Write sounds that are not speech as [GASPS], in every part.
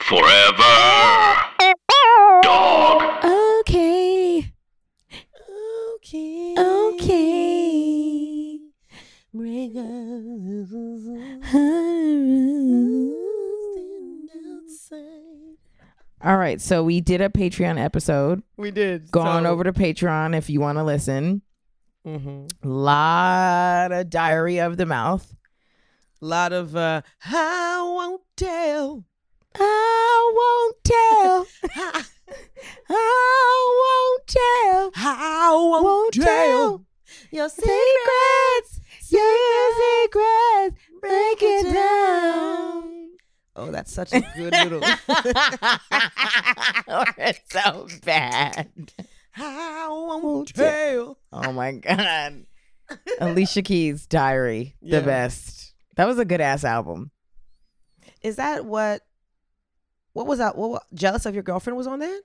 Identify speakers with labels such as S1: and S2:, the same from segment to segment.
S1: Forever. Dog.
S2: Okay.
S3: Okay.
S2: Okay.
S3: Break up.
S2: All right, so we did a Patreon episode.
S3: We did.
S2: Go on over to Patreon if you want to listen.
S3: Mm-hmm.
S2: Lot of diary of the mouth.
S3: lot of uh, I won't tell.
S2: I won't [LAUGHS] tell. I won't tell.
S3: I won't,
S2: Won't tell.
S3: tell. [LAUGHS] Your
S2: Secrets. Your secrets. Break it down.
S3: Oh, that's such a good little.
S2: [LAUGHS] it's so bad.
S3: I
S2: Won't
S3: won't
S2: tell.
S3: tell.
S2: Oh my god. Alicia Keys Diary,
S3: Yeah.
S2: the best. That was a good ass album.
S3: Is that what? What was that? What, jealous of your girlfriend was on that,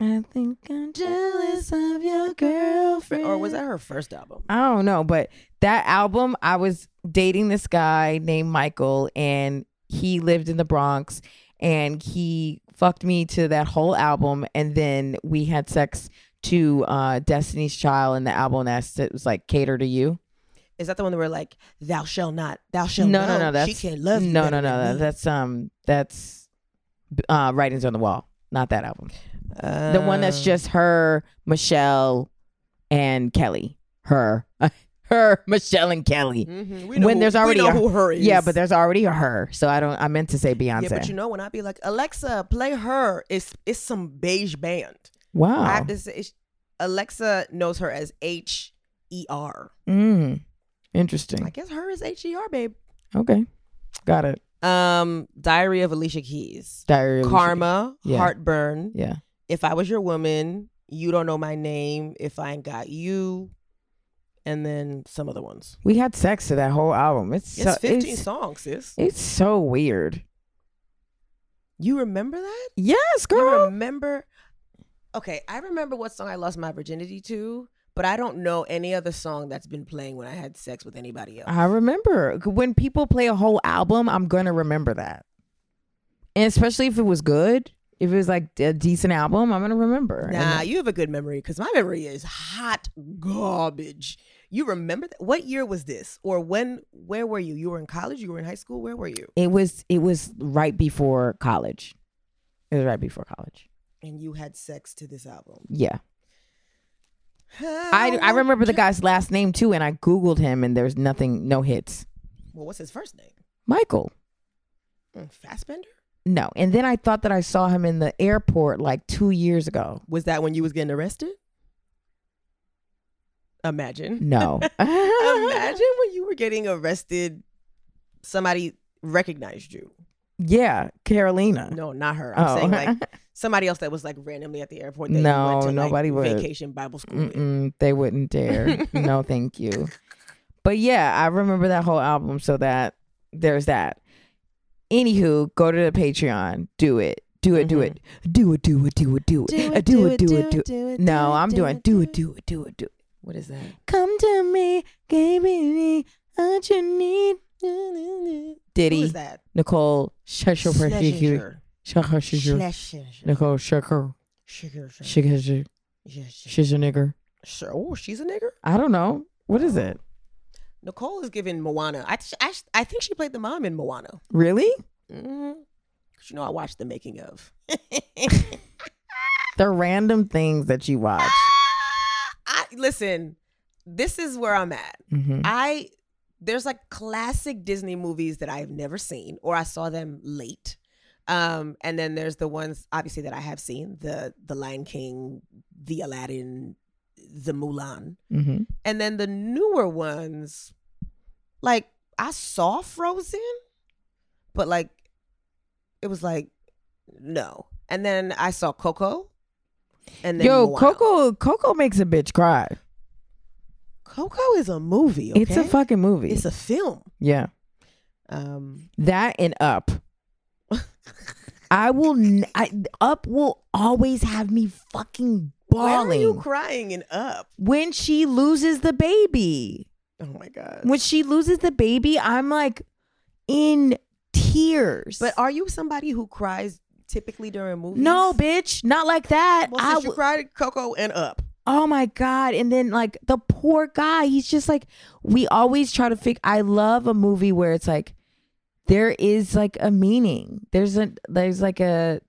S2: I think I'm jealous of your girlfriend.
S3: or was that her first album?
S2: I don't know, but that album, I was dating this guy named Michael, and he lived in the Bronx, and he fucked me to that whole album, and then we had sex to uh, Destiny's Child and the album that s- was like Cater to You.
S3: Is that the one that were like, "Thou shall not, thou shall
S2: no,
S3: know,
S2: no, no, that's
S3: she can't love you."
S2: No, no,
S3: better
S2: no,
S3: than
S2: no,
S3: me."
S2: that's um, that's uh, writings on the wall, not that album. the one that's
S3: Uh,
S2: just her, Michelle, and Kelly. Her, [LAUGHS] her, Michelle and Kelly.
S3: mhm, we know
S2: when
S3: who-
S2: there's already
S3: we know
S2: a-
S3: who her is.
S2: Yeah, but there's already a her, so I don't. I meant to say Beyonce.
S3: Yeah, but you know when I be like, Alexa, play her. It's it's some beige band.
S2: wow.
S3: I have to say, it's- Alexa knows her as H E R.
S2: mm,
S3: I
S2: interesting.
S3: guess her is H E R, babe.
S2: Okay, got it.
S3: Um, Diary of Alicia Keys,
S2: Diary. of Lucy.
S3: Karma,
S2: Yeah.
S3: Heartburn.
S2: Yeah.
S3: If I was your woman, you don't know my name. If I ain't got you, and then some other ones.
S2: We had sex to that whole album. It's
S3: It's
S2: so,
S3: 15
S2: it's,
S3: songs, sis.
S2: it's so weird.
S3: You remember that?
S2: Yes,
S3: You
S2: girl.
S3: remember? Okay, I remember what song I lost my virginity to, but I don't know any other song that's been playing when I had sex with anybody else.
S2: I remember when people play a whole album. I'm gonna remember that, and especially if it was good. If it was like a decent album, I'm gonna remember. And
S3: Nah, you have a good memory because my memory is hot garbage. You remember that? What year was this? Or when? Where were you? You were in college. You were in high school. Where were you?
S2: It was it was right before college. It was right before college.
S3: And you had sex to this album.
S2: Yeah. I I remember the guy's last name too and I googled him and there's nothing no hits.
S3: Well, what's his first name?
S2: Michael.
S3: Mm, Fassbender.
S2: No. And then I thought that I saw him in the airport like 2 years ago.
S3: Was that when you was getting arrested? Imagine.
S2: [LAUGHS] No.
S3: Imagine when you were getting arrested. Somebody recognized you.
S2: Yeah, Carolina.
S3: No, not her. I'm
S2: Oh. [LAUGHS]
S3: saying like somebody else that was like randomly at the airport. That you
S2: No,
S3: went to, like,
S2: nobody would.
S3: Vacation Bible school. with.
S2: Mm-mm, they wouldn't dare. [LAUGHS] no, thank you. But yeah, I remember that whole album. So that there's that. Anywho, go to the Patreon. Do it. Do it. Do it. Do it. Do it. Do it. Mm-hmm. Do it. Uh, Do it. Do it. Do it.
S3: it.
S2: No, I'm doing. Do it. Do it. Do it. Do it.
S3: What is that?
S2: Come to me, give me what you need.
S3: Who
S2: Diddy,
S3: is that?
S2: Nicole Shesher, Shesher,
S3: Schlesinger.
S2: Shesher,
S3: Schlesinger.
S2: Nicole Shecker,
S3: Schlesinger.
S2: Shecker,
S3: Yeah, sh-
S2: she's a nigger.
S3: sh- Oh, she's a nigger.
S2: I don't know what is it.
S3: Nicole is giving Moana. I, th- I, sh- I think she played the mom in Moana.
S2: Really?
S3: Mm-hmm. You know, I watched the making of. [LAUGHS]
S2: The random things that you
S3: [GASPS]
S2: watch.
S3: I listen. This is where I'm at.
S2: hmm
S3: I there's like classic Disney movies that I've never seen or I saw them late. Um and then there's the ones obviously that I have seen, the the Lion King, the Aladdin, the Mulan.
S2: hmm
S3: And then the newer ones like I saw Frozen, but like it was like No. And then I saw Coco. And then
S2: Yo,
S3: Moana.
S2: Coco Coco makes a bitch cry.
S3: Coco is a movie.
S2: It's a
S3: okay?
S2: fucking movie.
S3: It's a film.
S2: yeah.
S3: Um,
S2: That and up.
S3: [LAUGHS]
S2: I will n- I, up will always have me fucking
S3: why are you
S2: bawling.
S3: crying and up?
S2: when she loses the baby.
S3: Oh my god.
S2: When she loses the baby, I'm like in tears.
S3: But are you somebody who cries typically during movies?
S2: no, bitch, not like that.
S3: Well,
S2: I
S3: since you
S2: w-
S3: cried Coco and Up.
S2: oh my god and then like the poor guy he's just like we always try to figure i love a movie where it's like there is like a meaning there's a there's like a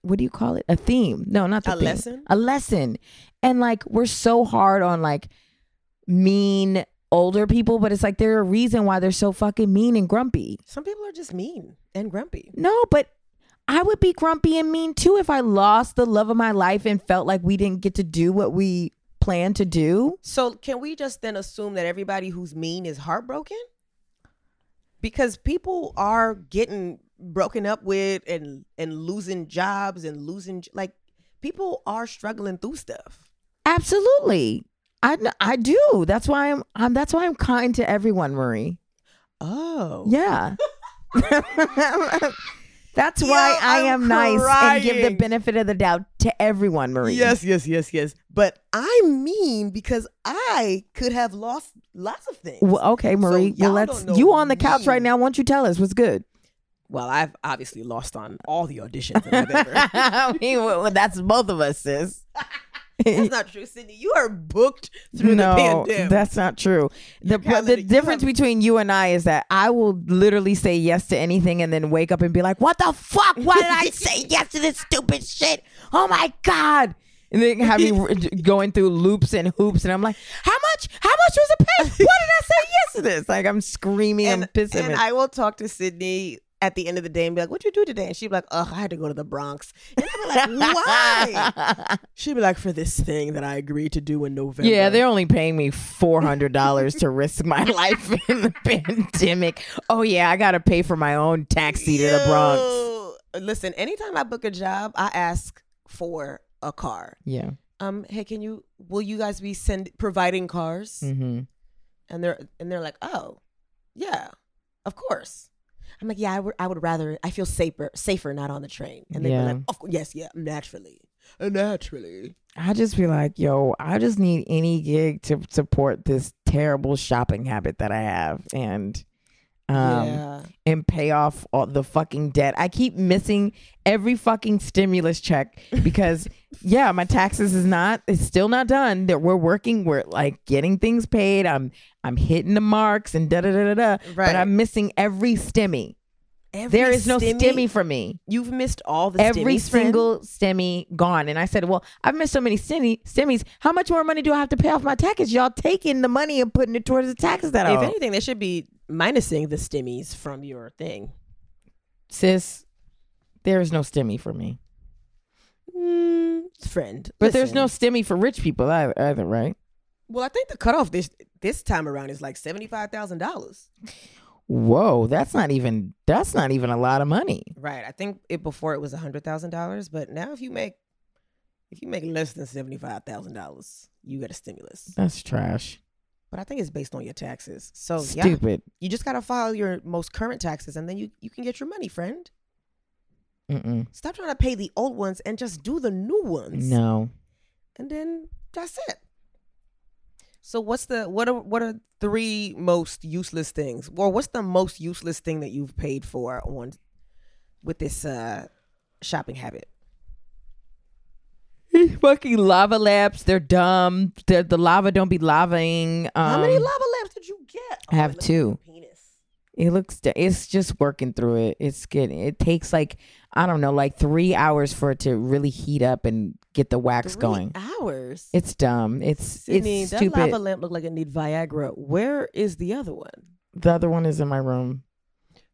S2: what do you call it a theme no not the
S3: A
S2: theme.
S3: lesson?
S2: a lesson and like we're so hard on like mean older people but it's like there's a reason why they're so fucking mean and grumpy
S3: Some people are just mean and grumpy.
S2: no, but I would be grumpy and mean too if I lost the love of my life and felt like we didn't get to do what we planned to do.
S3: So can we just then assume that everybody who's mean is heartbroken? Because people are getting broken up with and and losing jobs and losing j- like people are struggling through stuff.
S2: Absolutely. I, I do. That's why I'm, I'm that's why I'm kind to everyone, Marie.
S3: Oh. [LAUGHS]
S2: Yeah.
S3: [LAUGHS]
S2: that's why
S3: Yo,
S2: I
S3: I'm
S2: am nice and give the
S3: crying.
S2: benefit of the doubt to everyone, Marie.
S3: Yes, yes, yes, yes. But I mean because I could have lost lots of things.
S2: Well, uh, okay, Marie.
S3: y'all
S2: well,
S3: don't
S2: let's
S3: know
S2: you on the couch
S3: me.
S2: right now. Why don't you tell us what's good?
S3: Well, I've obviously lost on all the auditions that I've ever.
S2: [LAUGHS] I mean, well, that's both of us, sis.
S3: That's not true, Sydney. You are booked through
S2: no,
S3: the pandemic.
S2: That's not true. The,
S3: kinda-
S2: the
S3: you
S2: difference
S3: have-
S2: between you and I is that I will literally say yes to anything and then wake up and be like, what the fuck? Why did
S3: [LAUGHS]
S2: I say yes to this stupid shit? Oh my God. And then have me r- going through loops and hoops, and I'm like, "How much? How much was it paid? Why did I say yes to this?" Like I'm screaming and,
S3: and,
S2: pissing.
S3: and
S2: it.
S3: I will talk to Sydney at the end of the day and be like, "What'd you do today?" And she'd be like, "Ugh, I had to go to the Bronx." And I'd be like,
S2: [LAUGHS]
S3: "Why?" she'd be like, "For this thing that I agreed to do in November."
S2: Yeah, they're only paying me four hundred dollars to risk my [LAUGHS] life in the pandemic. Oh yeah, I gotta pay for my own taxi to the Bronx.
S3: Bronx. Listen, anytime I book a job, I ask for a car.
S2: Yeah.
S3: Um, hey, can you? Will you guys be send providing cars?
S2: Mm-hmm.
S3: and they're and they're like, "Oh, yeah, of course." I'm like, "Yeah, I would. I would rather. I feel safer, safer not on the train." And they were like,
S2: Yeah.
S3: "Of course, yes, yeah, naturally, Uh, naturally."
S2: I just be like, yo, I just need any gig to support this terrible shopping habit that I have, and um,
S3: yeah,
S2: and pay off all the fucking debt. I keep missing every fucking stimulus check
S3: [LAUGHS]
S2: because yeah, my taxes is not it's still not done. That we're working, we're like getting things paid. I'm I'm hitting the marks and da da da da da.
S3: Right.
S2: But I'm missing every stimmy.
S3: Every
S2: There is no stimmy,
S3: stimmy-
S2: for me.
S3: You've missed all the
S2: Every
S3: stimmies, friend.
S2: single stimmy gone. And I said, Well, I've missed so many stimmy stimmies. How much more money do I have to pay off my taxes? Y'all taking the money and putting it towards the taxes that I
S3: If
S2: owe.
S3: anything, they should be minusing the stimmies from your thing.
S2: Sis, there is no stimmy for me.
S3: Mm, friend,
S2: But there's no
S3: listen.
S2: stimmy for rich people ei- either, right?
S3: Well, I think the cutoff this this time around is like seventy five thousand dollars.
S2: Whoa, that's not even that's not even a lot of money.
S3: Right. I think it before it was hundred thousand dollars, but now if you make if you make less than seventy five thousand dollars, you get a stimulus.
S2: That's trash.
S3: But I think it's based on your taxes. So Oh, yeah,
S2: Stupid.
S3: you just gotta file your most current taxes, and then you you can get your money, friend.
S2: Mm-mm.
S3: Stop trying to pay the old ones and just do the new ones.
S2: No. [LAUGHS]
S3: And then that's it. So what's the what are what are three most useless things? Or what's the most useless thing that you've paid for on with this uh shopping habit?
S2: Fucking lava laps. They're dumb. They're, the lava don't be lavaing. Um,
S3: How many lava lamps did you get?
S2: I have
S3: wait, let
S2: two.
S3: me see your Penis.
S2: It looks. d- It's just working through it. It's getting. It takes like I don't know, like three hours for it to really heat up and get the wax
S3: Three
S2: going.
S3: hours.
S2: It's dumb. It's
S3: Sydney,
S2: it's
S3: that
S2: stupid.
S3: lava lamp looked like it need Viagra. Where is the other one?
S2: the other one is in my room.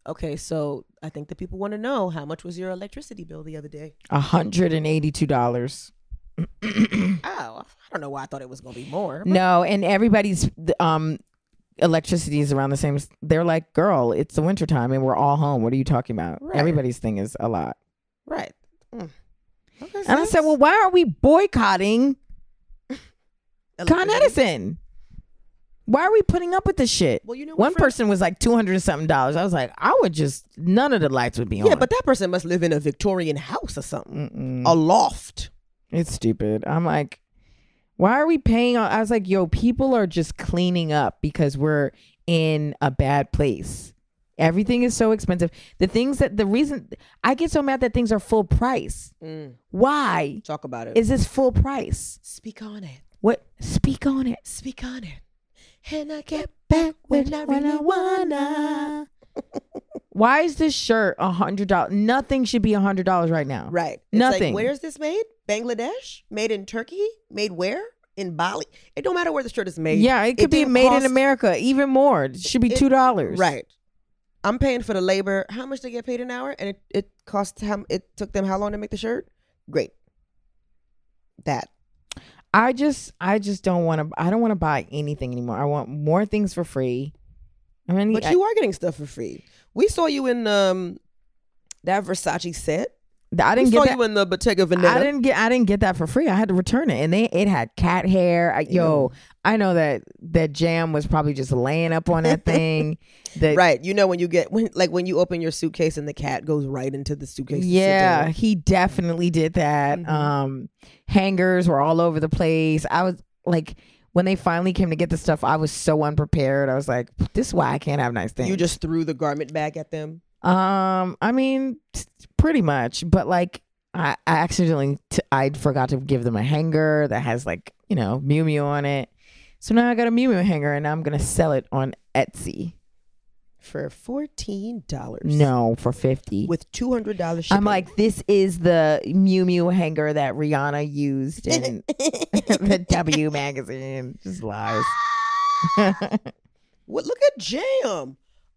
S3: Okay, so I think the people want to know how much was your electricity bill the other day?
S2: hundred and eighty-two dollars. Mm.
S3: Oh, I don't know why I thought it was gonna be more. but-
S2: No, and everybody's um electricity is around the same. s- They're like, girl, it's the wintertime and we're all home. What are you talking about?
S3: Right.
S2: Everybody's thing is a lot.
S3: Right. Mm. Okay,
S2: And I
S3: sis.
S2: said, well, why are we boycotting Con
S3: Electricity.
S2: Edison? Why are we putting up with this shit?
S3: Well, you know what,
S2: one
S3: friend?
S2: person was like two hundred and something dollars. I was like, I would just none of the lights would be on.
S3: Yeah, but that person must live in a Victorian house or something,
S2: Mm-mm.
S3: a loft.
S2: It's stupid. I'm like, why are we paying? all-" I was like, yo, people are just cleaning up because we're in a bad place. Everything is so expensive. The things that the reason I get so mad that things are full price.
S3: Mm.
S2: Why
S3: Talk about it.
S2: is this full price?
S3: Speak on it.
S2: What? Speak on it.
S3: Speak on it. And I get back when I
S2: When
S3: really wanna.
S2: wanna. [LAUGHS] Why is this shirt a hundred dollars? Nothing should be a hundred dollars right now.
S3: Right. It's
S2: Nothing.
S3: like, where is this made? Bangladesh? Made in Turkey? Made where? In Bali? It don't matter where the shirt is made.
S2: Yeah, it could be
S3: didn't
S2: made
S3: cost-
S2: in America, even more. It should be
S3: it-
S2: two dollars.
S3: Right. I'm paying for the labor. How much they get paid an hour? And it, it cost how it took them how long to make the shirt? Great. That.
S2: I just I just don't want to I don't want to buy anything anymore. I want more things for free. I mean,
S3: But
S2: I-
S3: you are getting stuff for free. We saw you in um that Versace set.
S2: I
S3: We
S2: didn't
S3: saw
S2: get
S3: you
S2: that.
S3: in the Bottega Veneta.
S2: I didn't get I didn't get that for free. I had to return it, and they it had cat hair. I, Yo, I know that that jam was probably just laying up on that thing. That
S3: [LAUGHS] right. You know when you get when like when you open your suitcase and the cat goes right into the suitcase. to sit
S2: Yeah,
S3: down.
S2: he definitely did that.
S3: Mhm.
S2: Um hangers were all over the place. I was like when they finally came to get the stuff, I was so unprepared. I was like, this is why I can't have nice things.
S3: You just threw the garment back at them.
S2: um I mean t- pretty much, but like I, I accidentally t- I forgot to give them a hanger that has like, you know, Mew Mew on it. So now I got a Mew Mew hanger and I'm going to sell it on Etsy.
S3: for fourteen dollars.
S2: No, for 50.
S3: with two hundred dollars.
S2: I'm
S3: [LAUGHS]
S2: like, this is the Mew Mew hanger that Rihanna used in the W magazine. Just lies. [LAUGHS]
S3: what? Look at Jam.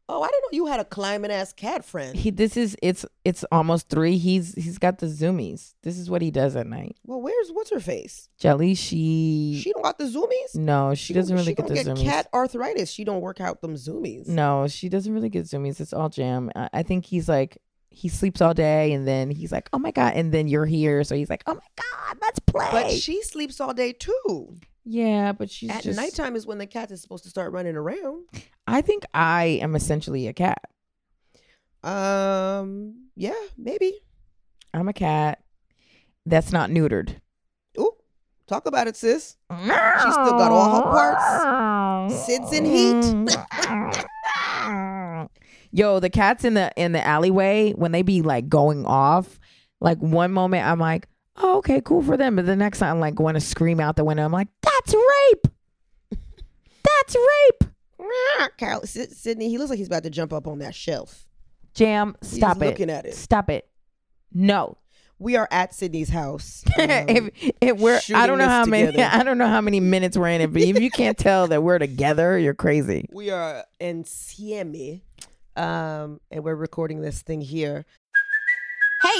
S3: Oh, I didn't know you had a climbing ass cat friend.
S2: he this is it's it's almost three. He's he's got the zoomies. This is what he does at night.
S3: Well, where's what's her face?
S2: Jelly she,
S3: She don't got the zoomies.
S2: no, she doesn't really get
S3: don't
S2: the zoomies.
S3: cat arthritis. She don't work out them zoomies.
S2: No, she doesn't really get zoomies. It's all jam. I, I think he's like he sleeps all day and then he's like, Oh my god, and then you're here. So he's like, Oh my god, let's play.
S3: But she sleeps all day too.
S2: yeah, but she's
S3: At
S2: just
S3: nighttime is when the cat is supposed to start running around.
S2: I think I am essentially a cat.
S3: Um, yeah, maybe.
S2: I'm a cat that's not neutered.
S3: Ooh, talk about it, sis. [LAUGHS]
S2: She
S3: still got all her parts. Sits in heat.
S2: [LAUGHS] Yo, the cats in the in the alleyway when they be like going off, like one moment I'm like, oh, okay, cool for them, but the next time I'm like want to scream out the window. I'm like, that's rape. That's rape.
S3: Kyle, Sid- Sydney, he looks like he's about to jump up on that shelf.
S2: Jam,
S3: He's
S2: stop it.
S3: looking at it.
S2: Stop it. No. [LAUGHS]
S3: We are at Sydney's house. Um,
S2: if if we're I
S3: shooting
S2: don't know
S3: this
S2: how many
S3: together.
S2: [LAUGHS] I don't know how many minutes we're in it, but if you can't tell that we're together, you're crazy.
S3: we are in Siemi, um, and we're recording this thing here.
S4: Hey,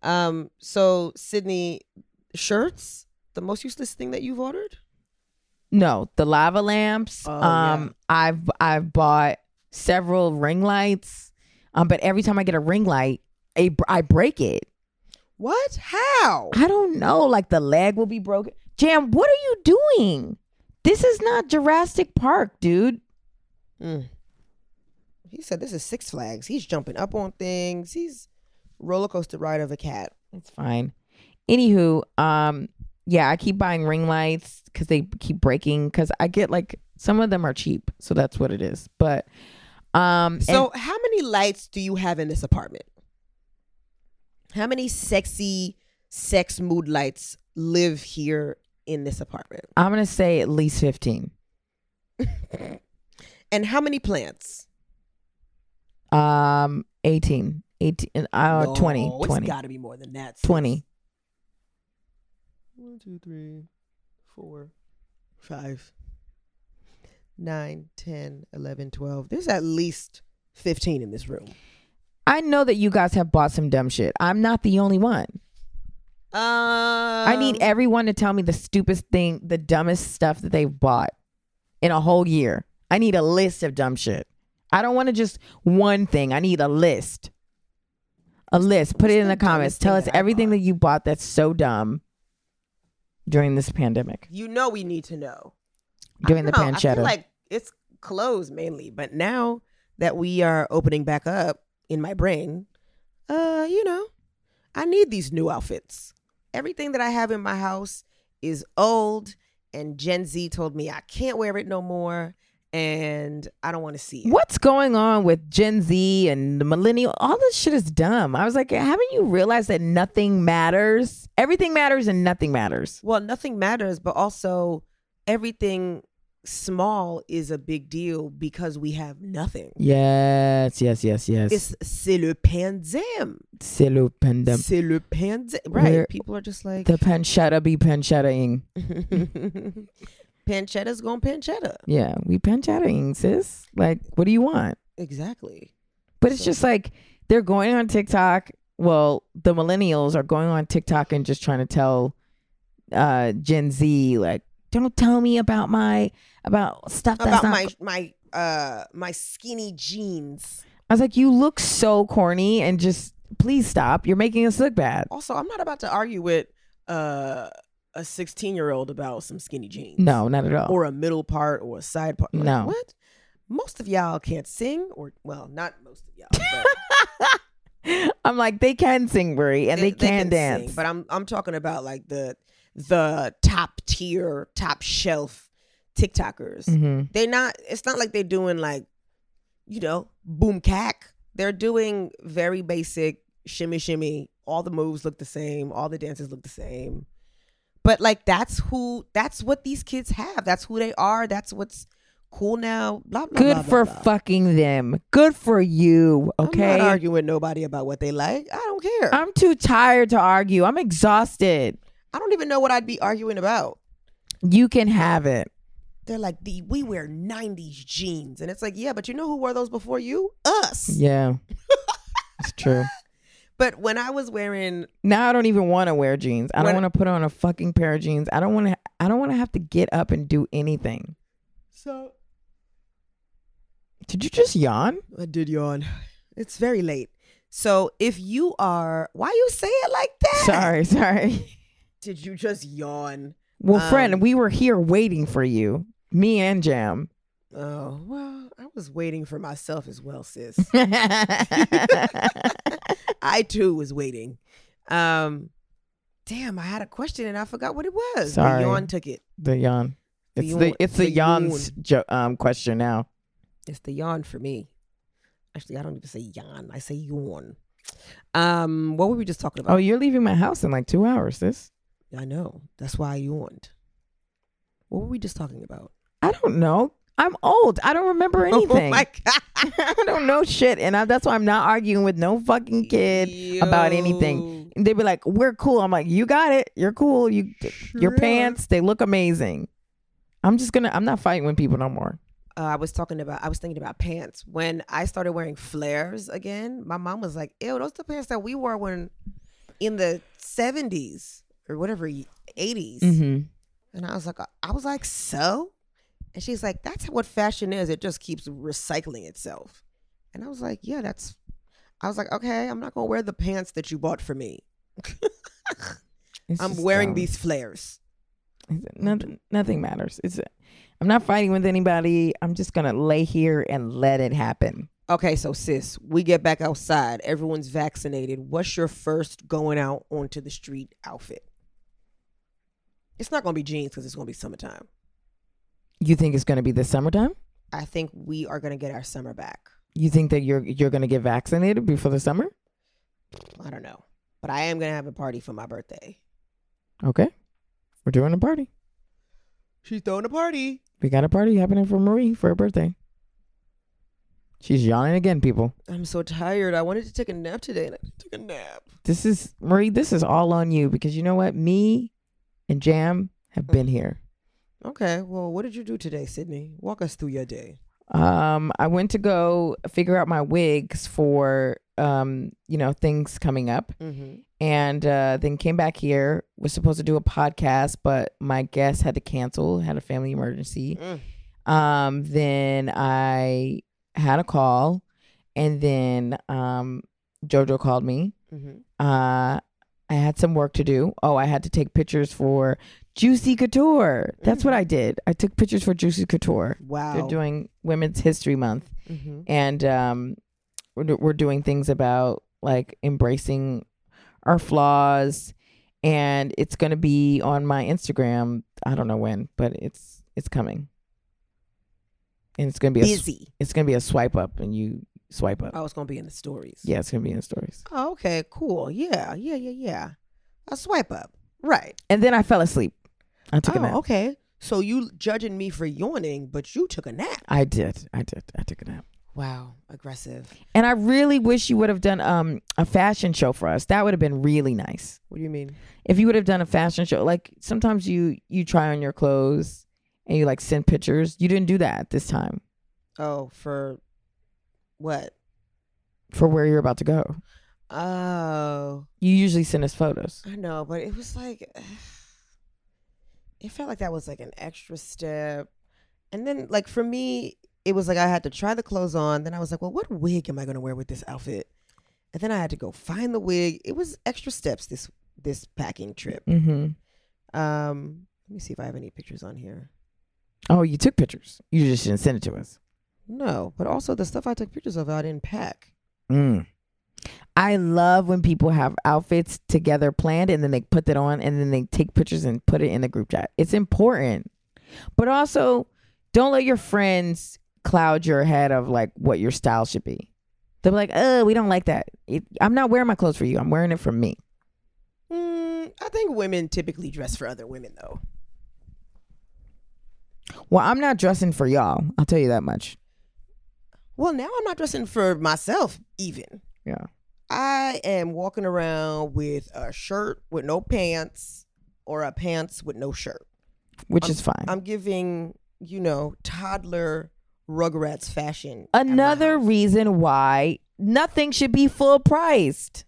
S3: Um, so Sydney, shirts, the most useless thing that you've ordered?
S2: No, the lava lamps.
S3: Oh, yeah.
S2: um, I've I've bought several ring lights. Um, but every time I get a ring light, a, I break it.
S3: What? How?
S2: I don't know. Like the leg will be broken. Jam, what are you doing? This is not Jurassic Park, dude.
S3: Mm. He said this is Six Flags. He's jumping up on things. He's roller coaster ride of a cat.
S2: It's fine. Anywho, um, yeah, I keep buying ring lights because they keep breaking. Because I get like some of them are cheap, so that's what it is. But um, and-
S3: So, how many lights do you have in this apartment? How many sexy sex mood lights live here in this apartment?
S2: I'm gonna say at least fifteen.
S3: And how many plants?
S2: Um, 18, 18, uh,
S3: No,
S2: 20,
S3: It's
S2: 20,
S3: got to be more than that. sis.
S2: 20.
S3: One, two, three, four, five, nine, ten, eleven, twelve. There's at least 15 in this room.
S2: I know that you guys have bought some dumb shit. I'm not the only one.
S3: Um,
S2: I need everyone to tell me the stupidest thing, the dumbest stuff that they've bought in a whole year. I need a list of dumb shit. I don't want to just one thing. I need a list. A list. Put it in the comments.
S3: dumbest thing
S2: Tell us
S3: that I
S2: everything
S3: bought?
S2: that you bought that's so dumb during this pandemic.
S3: You know we need to know. I
S2: During the
S3: don't know. I
S2: pancetta.
S3: feel like it's closed mainly, but now that we are opening back up in my brain, uh, you know, I need these new outfits. Everything that I have in my house is old, and Gen Z told me I can't wear it no more, and I don't want to see it.
S2: What's going on with Gen Z and the millennial? All this shit is dumb. I was like, haven't you realized that nothing matters? Everything matters and nothing matters.
S3: Well, nothing matters, but also everything small is a big deal because we have nothing.
S2: Yes, yes, yes, yes.
S3: It's c'est le pandem.
S2: C'est le pandem-
S3: C'est le pandem. Right.
S2: We're-
S3: People are just like
S2: The
S3: [LAUGHS]
S2: pancetta be pancettaing.
S3: Panchetta's going pancetta.
S2: Yeah, we pancettaing, sis. Like, what do you want?
S3: Exactly.
S2: But it's just like they're going on TikTok. Well, the millennials are going on TikTok and just trying to tell uh Gen Z, like, don't tell me about my about stuff that's
S3: About
S2: not
S3: my my uh my skinny jeans.
S2: I was like, you look so corny and just please stop. You're making us look bad.
S3: Also, I'm not about to argue with uh a 16 year old about some skinny jeans.
S2: No, not at all.
S3: Or a middle part or a side part. Like,
S2: No.
S3: What? Most of y'all can't sing, or well, not most of y'all. But
S2: [LAUGHS] I'm like, they can sing, Brie, [LAUGHS] and they, can, dance.
S3: sing, but I'm I'm talking about like the the top tier, top shelf TikTokers.
S2: hmm
S3: they're not it's not like they're doing like you know boom cack they're doing very basic shimmy shimmy all the moves look the same all the dances look the same but like that's who that's what these kids have that's who they are that's what's cool now blah blah
S2: Good
S3: blah, blah,
S2: for
S3: blah.
S2: fucking them. Good for you. Okay.
S3: i'm not arguing with nobody about what they like i don't care I'm-
S2: I'm too tired to argue. I'm exhausted.
S3: i do not even know what i'd be arguing about
S2: You can have it.
S3: they're like the we wear 90s jeans and it's like yeah but you know who wore those before you us [LAUGHS]
S2: Yeah. it's true.
S3: but when i was wearing
S2: Now I don't even want to wear jeans. I don't
S3: When-
S2: want to put on a fucking pair of jeans. I don't want to I don't want to have to get up and do anything.
S3: so
S2: Did you just yawn?
S3: I did yawn. It's very late. So if you are, why you say it like that?
S2: Sorry, sorry.
S3: [LAUGHS] Did you just yawn?
S2: Well,
S3: Um,
S2: friend, we were here waiting for you. Me and
S3: [LAUGHS]
S2: Jam.
S3: Oh well, I was waiting for myself as well, sis.
S2: [LAUGHS]
S3: I too was waiting. Um, damn, I had a question and I forgot what it was. The
S2: Sorry.
S3: yawn took it.
S2: the yawn.
S3: The
S2: It's
S3: yawn-
S2: the it's the
S3: the
S2: yawns jo- um question now.
S3: It's the yawn for me. Actually, I don't even say yawn. I say yawn. Um, what were we just talking
S2: Oh,
S3: about?
S2: you're leaving my house in like 2 hours, sis.
S3: I know. That's why I yawned. What were we just talking about?
S2: I don't know. I'm old. I don't remember anything.
S3: [LAUGHS] Oh my god.
S2: [LAUGHS] I don't know shit, and I, that's why I'm not arguing with no fucking kid about anything. They be like, "We're cool." I'm like, "You got it. You're cool. You, your pants, they look amazing." I'm just gonna. I'm not fighting with people no more.
S3: uh, I was talking about, I was thinking about pants. When I started wearing flares again, my mom was like, ew, those the pants that we wore when in the 70s or whatever, y- 80s.
S2: Mm-hmm.
S3: And I was like, I was like, so? And she's like, that's what fashion is. It just keeps recycling itself. And I was like, yeah, that's, I was like, okay, I'm not going to wear the pants that you bought for me.
S2: It's
S3: I'm
S2: just
S3: wearing
S2: dumb.
S3: these flares.
S2: It's- Nothing, nothing matters. It's. I'm not fighting with anybody. I'm just gonna lay here and let it happen.
S3: Okay, so sis, we get back outside. Everyone's vaccinated. What's your first going out onto the street outfit? It's not going to be jeans because it's going to be summertime.
S2: You think it's gonna be the summertime?
S3: I think we are going to get our summer back.
S2: You think that you're you're gonna get vaccinated before the summer?
S3: I don't know, but I am going to have a party for my birthday.
S2: Okay, we're doing a party.
S3: She's throwing a party.
S2: We got a party happening for Marie for her birthday. She's yawning again, people.
S3: I'm so tired. I wanted to take a nap today and I took a nap.
S2: This is Marie. This is all on you because you know what? Me and Jam have been here.
S3: Okay. Well, what did you do today, Sydney? Walk us through your day.
S2: Um, I went to go figure out my wigs for um, you know, things coming up,
S3: Mm-hmm.
S2: and uh, then came back here. Was supposed to do a podcast, but my guest had to cancel. Had a family emergency.
S3: Mm.
S2: Um, then I had a call, and then um, JoJo called me.
S3: Mm-hmm.
S2: uh I had some work to do. Oh, I had to take pictures for Juicy Couture. That's what I did. I took pictures for Juicy Couture.
S3: Wow.
S2: They're doing Women's History Month,
S3: Mhm.
S2: and um, we're, do- we're doing things about like embracing our flaws, and it's going to be on my Instagram. I don't know when, but it's it's coming, and it's going to be a, s-
S3: Busy.
S2: it's going to be a swipe up, and you swipe up.
S3: Oh, it's gonna be in the stories.
S2: Yeah, it's going to be in stories.
S3: Oh, okay. Cool. Yeah. Yeah. Yeah. Yeah. A swipe up. Right.
S2: And then I fell asleep. I took
S3: oh,
S2: a nap.
S3: okay. So you judging me for yawning, but you took a nap.
S2: I did. I did. I took a nap.
S3: Wow. Aggressive.
S2: And I really wish you would have done um a fashion show for us. That would have been really nice.
S3: What do you mean?
S2: If you would have done a fashion show, like sometimes you you try on your clothes and you like send pictures. You didn't do that this time
S3: Oh, for what?
S2: for where you're about to go.
S3: Oh,
S2: You usually send us photos.
S3: I know, but it was like [SIGHS] it felt like that was like an extra step. And then like for me, it was like I had to try the clothes on, then I was like, "Well, what wig am I going to wear with this outfit?" And then I had to go find the wig. It was extra steps this this packing trip.
S2: Mm-hmm.
S3: Um, let me see if I have any pictures on here.
S2: Oh, you took pictures. You just didn't send it to us.
S3: No, but also the stuff I took pictures of I didn't pack.
S2: Mm. I love when people have outfits together planned and then they put that on and then they take pictures and put it in the group chat. It's important. But also, don't let your friends cloud your head of like what your style should be. They'll be like, oh, we don't like that. It, I'm not wearing my clothes for you. I'm wearing it for me.
S3: Mm, I think women typically dress for other women though.
S2: Well, I'm not dressing for y'all. I'll tell you that much.
S3: Well, now I'm not dressing for myself even.
S2: Yeah.
S3: I am walking around with a shirt with no pants or a pants with no shirt.
S2: Which is fine.
S3: I'm giving, you know, toddler Rugrats fashion. at my
S2: Another
S3: house.
S2: reason why nothing should be full priced.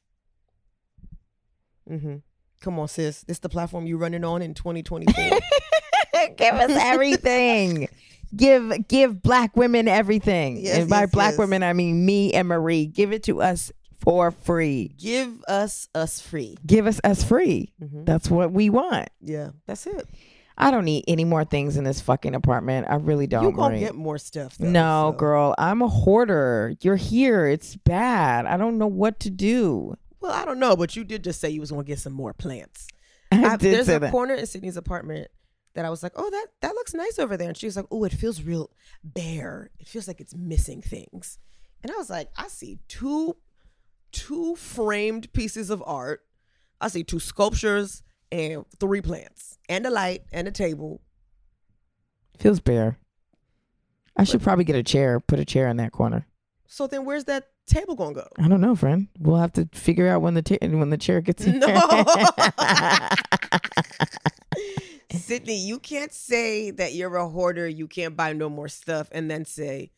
S3: Mhm. Come on, sis. This the platform you running on in 2024.
S2: [LAUGHS] give us everything. give give black women everything.
S3: Yes,
S2: and by
S3: yes,
S2: black
S3: yes.
S2: women I mean me and Marie. Give it to us for free.
S3: Give us us free.
S2: Give us us free.
S3: Mhm.
S2: That's what we want.
S3: Yeah, that's it.
S2: I don't need any more things in this fucking apartment. I really don't.
S3: you gonna
S2: Marie.
S3: get more stuff. Though,
S2: no,
S3: so.
S2: girl, I'm a hoarder. You're here. It's bad. I don't know what to do.
S3: Well, I don't know, but you did just say you was gonna get some more plants.
S2: I, did
S3: there's
S2: say
S3: a
S2: that.
S3: corner in Sydney's apartment that I was like, oh, that that looks nice over there, and she was like, oh, it feels real bare. It feels like it's missing things, and I was like, I see two two framed pieces of art. I see two sculptures and three plants and a light and a table.
S2: Feels bare. I should probably get a chair. Put a chair in that corner.
S3: So then, where's that table gonna go? [LAUGHS]
S2: I don't know, friend. We'll have to figure out when the ta- when the chair gets in.
S3: [LAUGHS]
S2: [LAUGHS]
S3: No. [LAUGHS] Sydney, you can't say that you're a hoarder, you can't buy no more stuff, and then say,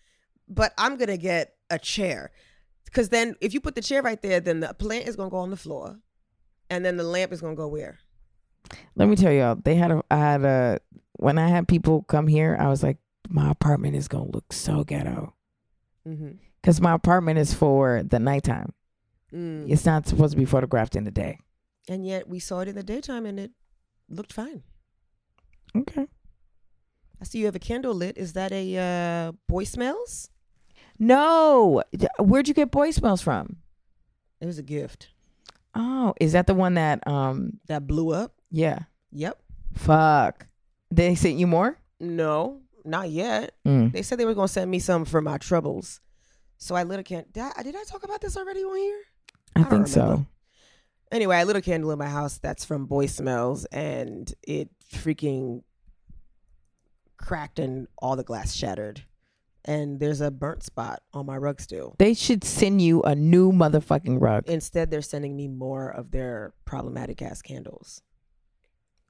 S3: but I'm going to get a chair. Because then if you put the chair right there, then the plant is going to go on the floor, and then the lamp is going to go where?
S2: Let me tell y'all, they had a I had a when I had people come here, I was like, my apartment is gonna look so ghetto
S3: Mm-hmm.
S2: because my apartment is for the nighttime. It's not supposed to be photographed in the day.
S3: Mm. And yet we saw it in the daytime and it looked fine.
S2: Okay.
S3: I see you have a candle lit. Is that a uh, boy smells?
S2: No, D- where'd you get boy smells from?
S3: It was a gift
S2: Oh, is that the one that um
S3: that blew up.
S2: yeah?
S3: Yep.
S2: Fuck, they sent you more?
S3: No, not yet.
S2: Mm.
S3: They said they were gonna send me some for my troubles. So I lit a candle. Did I, did I talk about this already on here?
S2: I,
S3: I
S2: think
S3: don't
S2: so.
S3: remember. Anyway, I lit a candle in my house that's from Boy Smells, and it freaking cracked and all the glass shattered. and there's a burnt spot on my rug still.
S2: They should send you a new motherfucking rug.
S3: Instead, they're sending me more of their problematic ass candles.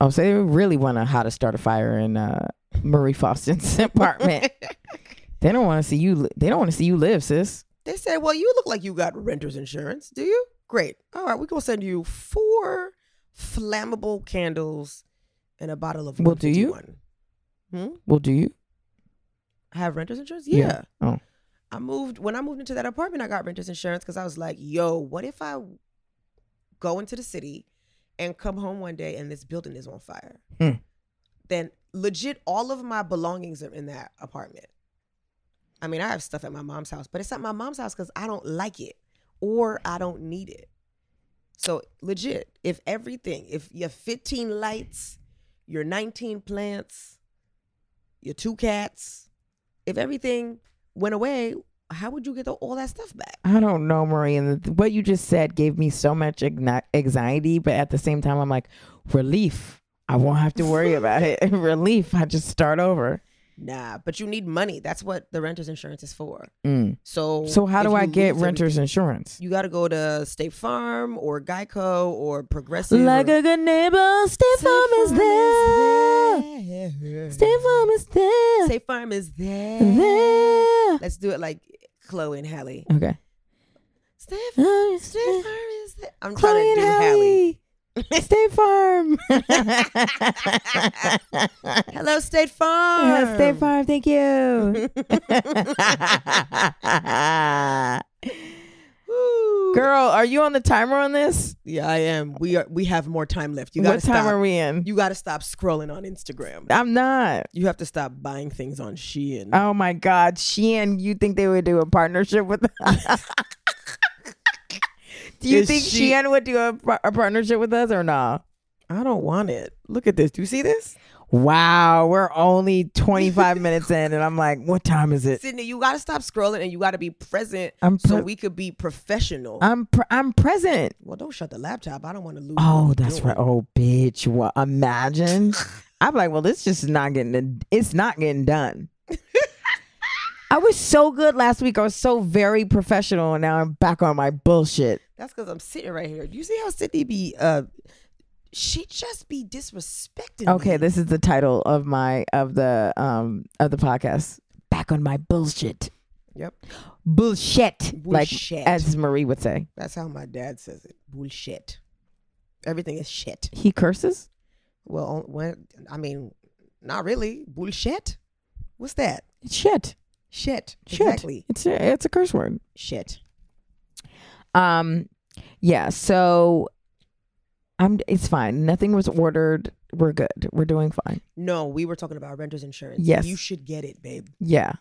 S2: Oh, so they really want to how to start a fire in uh, Marie Faustin's [LAUGHS]
S3: [LAUGHS]
S2: apartment. they don't want to see you. Li- they don't want to see you live, sis.
S3: They said, "Well, you look like you got renter's insurance. Do you? Great. All right, we're gonna send you four flammable candles and a bottle of.
S2: Well, do you?
S3: 151. Hmm?
S2: Well, do you?
S3: I "Hmm? have renter's insurance?
S2: Yeah.
S3: yeah.
S2: Oh,
S3: I moved when I moved into that apartment. I got renter's insurance because I was like, "Yo, what if I go into the city and come home one day and this building is on fire?"
S2: Hmm.
S3: Then legit, all of my belongings are in that apartment. I mean, I have stuff at my mom's house, but it's at my mom's house because I don't like it or I don't need it. So legit, if everything, if your 15 lights, your 19 plants, your two cats, if everything went away, how would you get the- all that stuff back?
S2: I don't know, Marie. And th- what you just said gave me so much agni- anxiety, but at the same time, I'm like relief. I won't have to
S3: [LAUGHS]
S2: worry about it. [LAUGHS] relief. I just start over.
S3: Nah, but you need money. That's what the renter's insurance is for.
S2: Mm.
S3: So,
S2: So how
S3: if
S2: do
S3: you
S2: I get
S3: lose
S2: renter's
S3: everything,
S2: insurance?
S3: You got to go to State Farm or Geico or Progressive.
S2: Like
S3: or-
S2: a good neighbor, State Farm is there. State Farm is there.
S3: State Farm is there.
S2: there.
S3: Let's do it like Chloe and Halle.
S2: Okay.
S3: State Farm,
S2: Um,
S3: State Farm is there. I'm
S2: Chloe
S3: trying
S2: and
S3: to do Halle.
S2: Hallie. [LAUGHS] State Farm. [LAUGHS]
S3: Hello, State Farm.
S2: Yeah, State Farm, thank [LAUGHS] you.
S3: Woo.
S2: Girl, are you on the timer on this?
S3: Yeah, I am. We are. We have more time left. You got to
S2: What time
S3: stop.
S2: are we in?
S3: You got to stop scrolling on Instagram.
S2: I'm not.
S3: You have to stop buying things on Shein.
S2: Oh my God, Shein, you think they would do a partnership with [LAUGHS] us? do you
S3: Is
S2: think
S3: she-
S2: Shein would do a, par- a partnership with us or not?
S3: I don't want it. Look at this. Do you see this?
S2: Wow, we're only 25 minutes in, and I'm like, what time is it?
S3: Sydney, you got to stop scrolling and you got to be present
S2: I'm
S3: so
S2: pre-
S3: we could be professional.
S2: I'm pre- I'm present.
S3: well, don't shut the laptop. I don't want to lose.
S2: Oh,
S3: what we're
S2: that's
S3: doing.
S2: right. Oh, bitch. Well,
S3: [LAUGHS]
S2: imagine. I'm like, well, this just not getting. It's not getting done. I was so good last week. I was so very professional, and now I'm back on my bullshit.
S3: That's because I'm sitting right here. Do you see how Sydney be? Uh, she just be disrespecting.
S2: Okay,
S3: me.
S2: this is the title of my of the um of the podcast. Back on my bullshit.
S3: Yep.
S2: Bullshit.
S3: Bullshit.
S2: Like as Marie would say.
S3: That's how my dad says it. Bullshit. Everything is shit.
S2: He curses?
S3: Well, when, I mean, not really. Bullshit. What's that?
S2: It's shit.
S3: Shit.
S2: Shit.
S3: Exactly.
S2: It's a, it's a curse word.
S3: Shit.
S2: Um, yeah. So, I'm. It's fine. Nothing was ordered. We're good. We're doing fine.
S3: No, we were talking about renter's insurance.
S2: Yes.
S3: You should get it, babe.
S2: Yeah.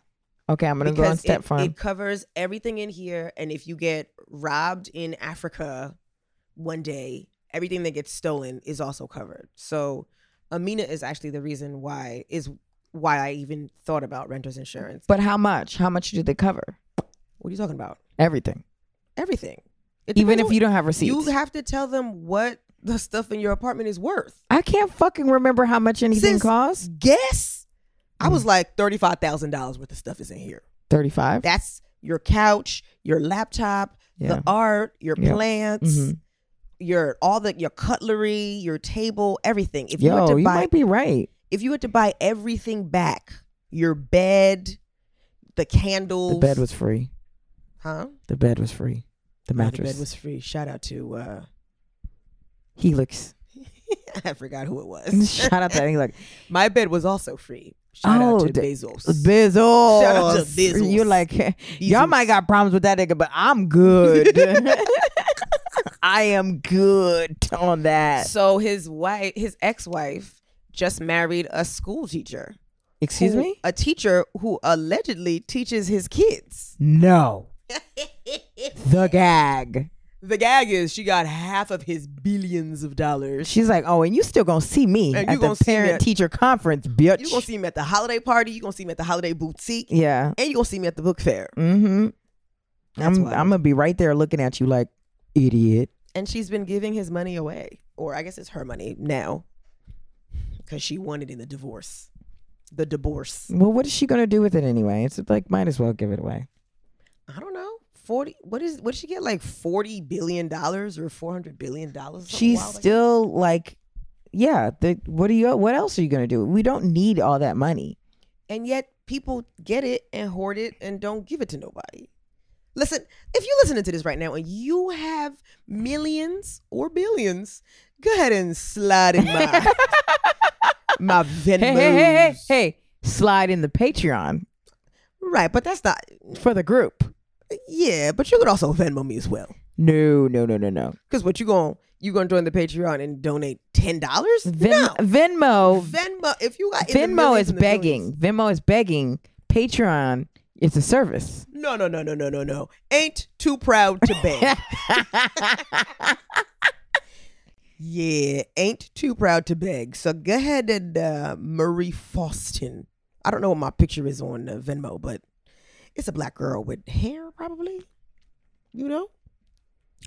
S2: Okay. I'm gonna go on Step
S3: it,
S2: Farm.
S3: it covers everything in here. And if you get robbed in Africa one day, everything that gets stolen is also covered. So Amina is actually the reason why is why I even thought about renter's insurance.
S2: but how much? How much do they cover?
S3: What are you talking about?
S2: Everything.
S3: Everything. It
S2: Even
S3: depends
S2: if you don't have receipts.
S3: You have to tell them what the stuff in your apartment is worth.
S2: I can't fucking remember how much anything
S3: Sis.
S2: costs.
S3: Guess. I
S2: Mm.
S3: was like thirty-five thousand dollars worth of stuff is in here.
S2: Thirty-five.
S3: That's your couch, your laptop,
S2: Yeah.
S3: the art, your
S2: Yep.
S3: plants,
S2: Mhm.
S3: your all the your cutlery, your table, everything. If you had
S2: Yo,
S3: to
S2: you
S3: buy,
S2: might be right.
S3: if you had to buy everything back, your bed, the candles,
S2: The bed was free.
S3: huh?
S2: The bed was free. The
S3: Oh,
S2: mattress.
S3: The bed was free. Shout out to uh [LAUGHS]
S2: Helix.
S3: I forgot who it was.
S2: Shout out to Helix.
S3: [LAUGHS] My bed was also free. Shout
S2: Oh,
S3: out to
S2: the-
S3: Bezos.
S2: Bizzle.
S3: Shout out to Bizzles.
S2: You're like, y'all might got problems with that nigga, but I'm good. [LAUGHS] I am good on that.
S3: So his wife, his ex-wife, just married a school teacher.
S2: Excuse
S3: who-
S2: me?
S3: A teacher who allegedly teaches his kids. [LAUGHS]
S2: No. the gag.
S3: The gag is she got half of his billions of dollars.
S2: She's like, oh, and you still gonna see me
S3: And you
S2: at the
S3: gonna see me at-
S2: parent teacher conference, bitch.
S3: You're gonna see him at the holiday party. You're gonna see him at the holiday boutique,
S2: yeah.
S3: and you're gonna see me at the book fair.
S2: Mm-hmm.
S3: That's
S2: I'm
S3: wild.
S2: I'm gonna be right there looking at you like, idiot.
S3: And she's been giving his money away, or I guess it's her money now, because she won it in the divorce. the divorce.
S2: Well, what is she gonna do with it anyway? It's like might as well give it away.
S3: I don't know. Forty. What is? What did she get? Like forty billion dollars or four hundred billion dollars?
S2: She's still like, yeah. The, what do you? What else are you gonna do? We don't need all that money.
S3: and yet people get it and hoard it and don't give it to nobody. Listen, if you're listening to this right now and you have millions or billions, go ahead and slide
S2: [LAUGHS]
S3: in my my Venmo.
S2: Hey, hey, hey, hey, hey! Slide in the Patreon
S3: Right, but that's not.
S2: for the group.
S3: Yeah, but you could also Venmo me as well.
S2: No, no, no, no, no.
S3: Because what you going you gonna join the Patreon and donate ten dollars?
S2: Ven-
S3: no,
S2: Venmo.
S3: Venmo. If you got in the
S2: Venmo
S3: millions
S2: is
S3: and the
S2: begging.
S3: millions-
S2: Venmo is begging. Patreon is a service.
S3: No, no, no, no, no, no, no. Ain't too proud to beg. yeah, ain't too proud to beg. So go ahead and uh, Marie Faustin. I don't know what my picture is on uh, Venmo, but it's a black girl with hair, probably. You know?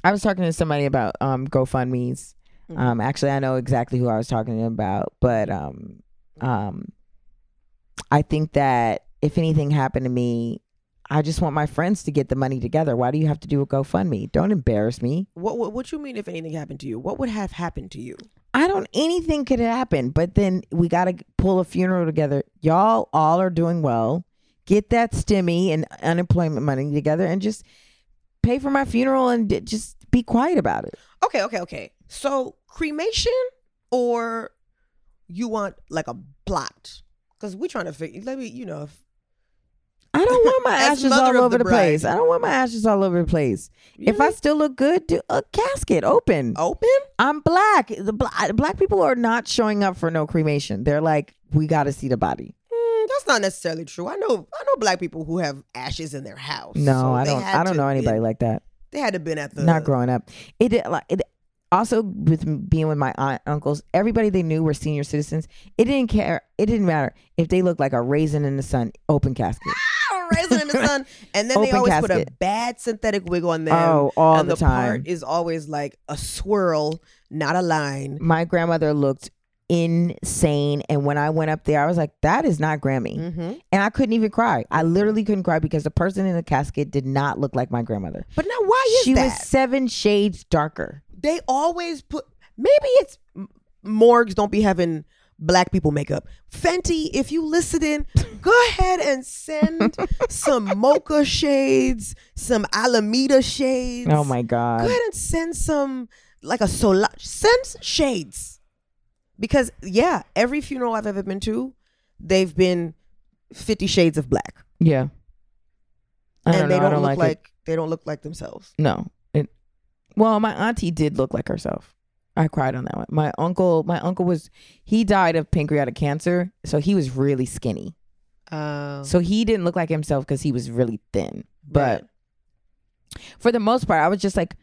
S2: I was talking to somebody about um GoFundMe's. Um actually I know exactly who I was talking about, but um um I think that if anything happened to me, I just want my friends to get the money together. Why do you have to do a GoFundMe? Don't embarrass me.
S3: What, what what you mean if anything happened to you? What would have happened to you?
S2: I don't anything could happen, but then we got to pull a funeral together. Y'all all are doing well. Get that stimmy and unemployment money together and just pay for my funeral and d- just be quiet about it.
S3: Okay, okay, okay. So cremation or you want like a blot? Because we're trying to figure. Let me, you know, if
S2: I don't want my
S3: [LAUGHS] As
S2: ashes all
S3: mother of
S2: over the,
S3: the
S2: place.
S3: bride.
S2: I don't want my ashes all over the place. If I still look good, do a casket open.
S3: open.
S2: I'm black. The bla- black people are not showing up for no cremation. They're like, we got to see the body.
S3: Mm, that's not necessarily true. I know I know black people who have ashes in their house.
S2: No,
S3: so
S2: I
S3: they
S2: don't.
S3: had
S2: I don't
S3: to
S2: know anybody
S3: been-
S2: like that.
S3: they had to been at the
S2: not growing up. It, did- like it also with m- being with my aunt, uncles, everybody they knew were senior citizens. It didn't care. It didn't matter if they looked like a raisin in the sun, open casket.
S3: Ah, raisin in
S2: [LAUGHS]
S3: the sun, and then they
S2: Open
S3: always put a
S2: casket.
S3: bad synthetic wig on them.
S2: Oh, all
S3: and
S2: the
S3: the,
S2: time.
S3: part is always like a swirl, not a line.
S2: my grandmother looked insane, and when I went up there, I was like, "That is not Grammy,"
S3: Mm-hmm.
S2: and I couldn't even cry. I literally couldn't cry because the person in the casket did not look like my grandmother.
S3: But now, why is
S2: she
S3: that?
S2: was seven shades darker.
S3: they always put. Maybe it's m- morgues don't be having black people makeup. Fenty, if you listening, go ahead and
S2: [LAUGHS]
S3: send some mocha shades, some Alameda shades.
S2: Oh my god.
S3: go ahead and send some like a solar send s- shades because yeah every funeral i've ever been to they've been 50 shades of black
S2: Yeah. I don't
S3: and they
S2: know.
S3: don't,
S2: I don't
S3: look
S2: like,
S3: like,
S2: it.
S3: they don't look like themselves
S2: No. It, well, my auntie did look like herself. I cried on that one. My uncle, my uncle was he died of pancreatic cancer, so he was really skinny.
S3: um
S2: So he didn't look like himself because he was really thin. But for the most part, I was just like,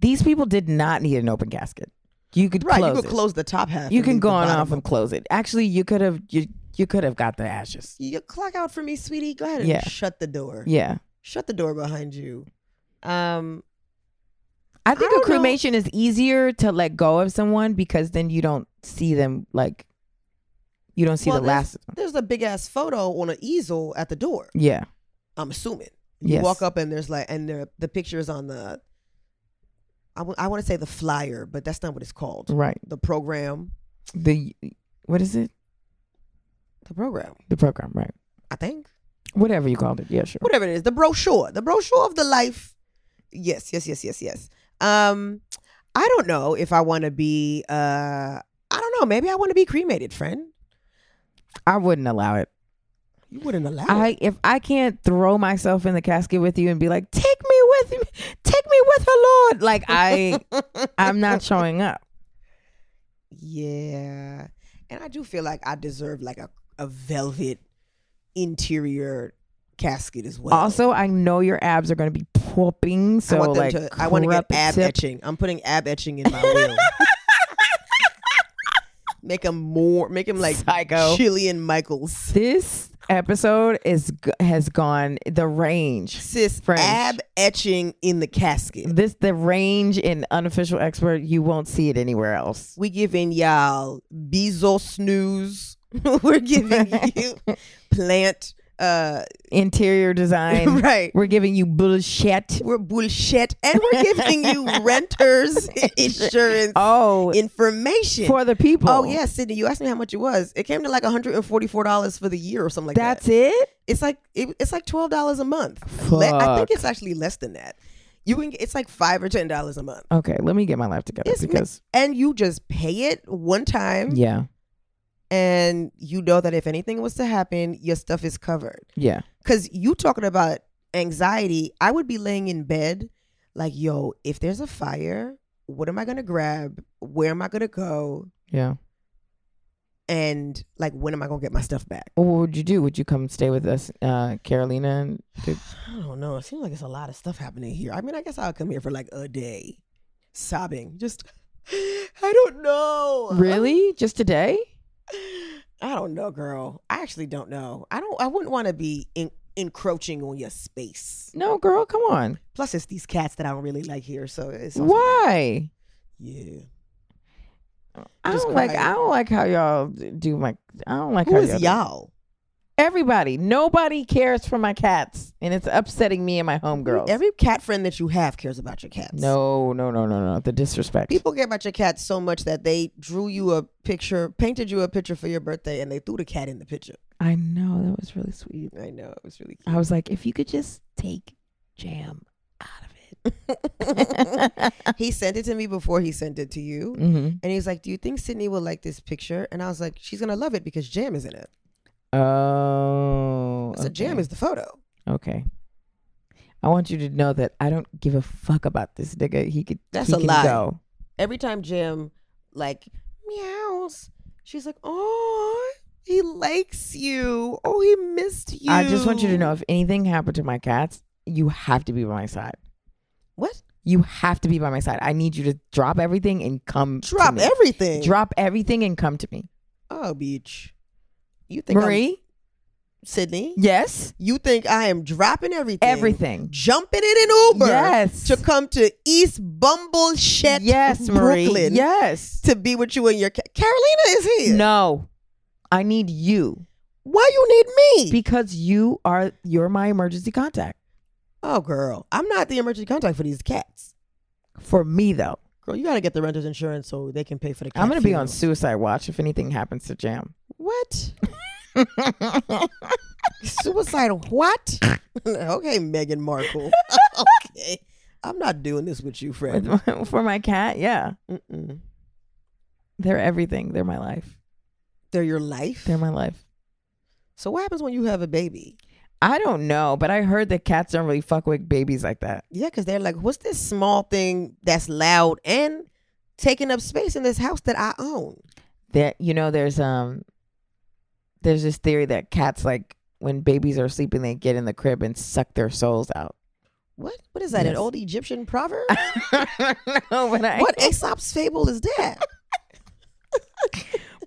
S2: these people did not need an open casket. You could
S3: right
S2: close
S3: you could
S2: it.
S3: close the top half
S2: you
S3: and
S2: can
S3: leave
S2: go
S3: the
S2: on
S3: bottom
S2: off and close it. Actually, you could have you you could have got the ashes.
S3: you clock out for me sweetie go ahead and
S2: Yeah.
S3: shut the door
S2: Yeah,
S3: shut the door behind you um
S2: I think a
S3: don't know.
S2: cremation is easier to let go of someone because then you don't see them like you don't see
S3: well,
S2: the
S3: there's-
S2: last of them.
S3: there's a big ass photo on an easel at the door
S2: Yeah.
S3: I'm assuming. You
S2: Yes.
S3: walk up and there's like, and the the pictures on the. I want to say the flyer, but that's not what it's called.
S2: Right.
S3: The program,
S2: The what is it?
S3: the program,
S2: The program, right?
S3: I think.
S2: Whatever you called it. Yeah, sure.
S3: Whatever it is, the brochure, the brochure of the life. Yes, yes, yes, yes, yes. Um, I don't know if I want to be. Uh, I don't know. Maybe I want to be cremated, friend.
S2: I wouldn't allow it.
S3: You wouldn't allow. it.
S2: I if I can't throw myself in the casket with you and be like, "Take me with me. Take me with her Lord." Like
S3: [LAUGHS]
S2: I I'm not showing up.
S3: Yeah. And I do feel like I deserve like a, a velvet interior casket as well.
S2: Also, I know your abs are going to be popping, so
S3: I want them
S2: like
S3: to I want to get
S2: crop
S3: ab
S2: tip.
S3: etching. I'm putting ab etching in my will. [LAUGHS] make them more make them like
S2: Psycho.
S3: Chilean Michaels.
S2: This episode is g- has gone the range.
S3: Sis
S2: French.
S3: ab etching in the casket.
S2: This the range in unofficial expert. You won't see it anywhere else.
S3: We giving y'all Bezos news. [LAUGHS] We're giving [LAUGHS] you plant uh
S2: Interior design.
S3: [LAUGHS] right.
S2: We're giving you bullshit.
S3: We're bullshit and we're giving [LAUGHS] you [LAUGHS] renters insurance
S2: Oh,
S3: information.
S2: for the people.
S3: Oh yeah, Sydney, you asked me how much it was. It came to like $144 for the year or something like that.
S2: That's it?
S3: It's like it, it's like $12 a month. Le- I
S2: Fuck.
S3: think it's actually less than that. You can it's like 5 or $10 a month.
S2: Okay, let me get my life together
S3: It's ma-
S2: because
S3: And you just pay it one time
S2: yeah,
S3: and you know that if anything was to happen, your stuff is covered.
S2: yeah.
S3: Cause you talking about anxiety, I would be laying in bed, like, yo, if there's a fire, what am I gonna grab? Where am I gonna go?
S2: Yeah.
S3: And like, when am I gonna get my stuff back?
S2: Well, what would you do? Would you come stay with us, uh, Carolina? And do-
S3: I don't know. It seems like it's a lot of stuff happening here. I mean, I guess I'll come here for like a day, sobbing. Just, [SIGHS] I don't know.
S2: really? Just today?
S3: [SIGHS] I don't know, girl. I actually don't know. I don't. I wouldn't want to be en- encroaching on your space.
S2: No, girl, come on.
S3: Plus, it's these cats that I don't really like here. So it's also-
S2: Why?
S3: Yeah.
S2: I
S3: Just
S2: don't like.
S3: quiet.
S2: I don't like how y'all d- do my. I don't like
S3: Who
S2: how
S3: is
S2: y'all. do-
S3: y'all?
S2: Everybody, nobody cares for my cats, and it's upsetting me and my homegirls.
S3: Every cat friend that you have cares about your cats.
S2: no, no, no, no, no. The disrespect.
S3: People care about your cats so much that they drew you a picture, painted you a picture for your birthday, and they threw the cat in the picture.
S2: I know that was really sweet.
S3: I know it was really
S2: I was like, if you could just take jam out of
S3: cute. [LAUGHS]
S2: it. [LAUGHS]
S3: he sent it to me before he sent it to you,
S2: mm-hmm.
S3: and he's like, "Do you think Sydney will like this picture?" And I was like, "She's gonna love it because Jam is in it.
S2: Oh,
S3: So Jam
S2: okay.
S3: is the photo."
S2: okay. I want you to know that I don't give a fuck about this nigga. He could.
S3: That's
S2: he
S3: a
S2: can
S3: lie.
S2: Go.
S3: Every time Jam like meows, she's like, "Oh, he likes you. Oh, he missed you."
S2: I just want you to know if anything happened to my cats, you have to be by my side.
S3: what
S2: You have to be by my side. I need you to drop everything and come. to
S3: drop
S2: me.
S3: everything.
S2: Drop everything and come to me,
S3: Oh, bitch. You think I'm
S2: Marie.
S3: Sydney?
S2: Yes,
S3: You think I am dropping everything?
S2: everything.
S3: Jumping in an Uber
S2: Yes.
S3: to come to East Bumbleshed,
S2: yes, Marie.
S3: Brooklyn,
S2: Yes.
S3: to be with you and your cat. Carolina is here.
S2: No, I need you
S3: Why you need me?
S2: because you are you're my emergency contact.
S3: oh, girl, I'm not the emergency contact for these cats.
S2: For me though,
S3: Girl, you got to get the renter's insurance so they can pay for the cat
S2: I'm gonna be on
S3: funeral.
S2: suicide watch if anything happens to Jam. [LAUGHS]
S3: What? Suicide what? [LAUGHS] okay,
S2: [LAUGHS]
S3: Meghan Markle. okay. I'm not doing this with you,
S2: With
S3: friend.
S2: my- For my cat, yeah,
S3: Mm-mm.
S2: they're everything. They're my life.
S3: They're your life.
S2: They're my life.
S3: so what happens when you have a baby?
S2: I don't know, but I heard that cats don't really fuck with babies like that.
S3: Yeah, because they're like, what's this small thing that's loud and taking up space in this house that I own?
S2: That you know, there's um, there's this theory that cats like when babies are sleeping, they get in the crib and suck their souls out. [LAUGHS]
S3: What? What is that? An
S2: Yes.
S3: old Egyptian proverb?
S2: no, but I,
S3: what Aesop's fable is that?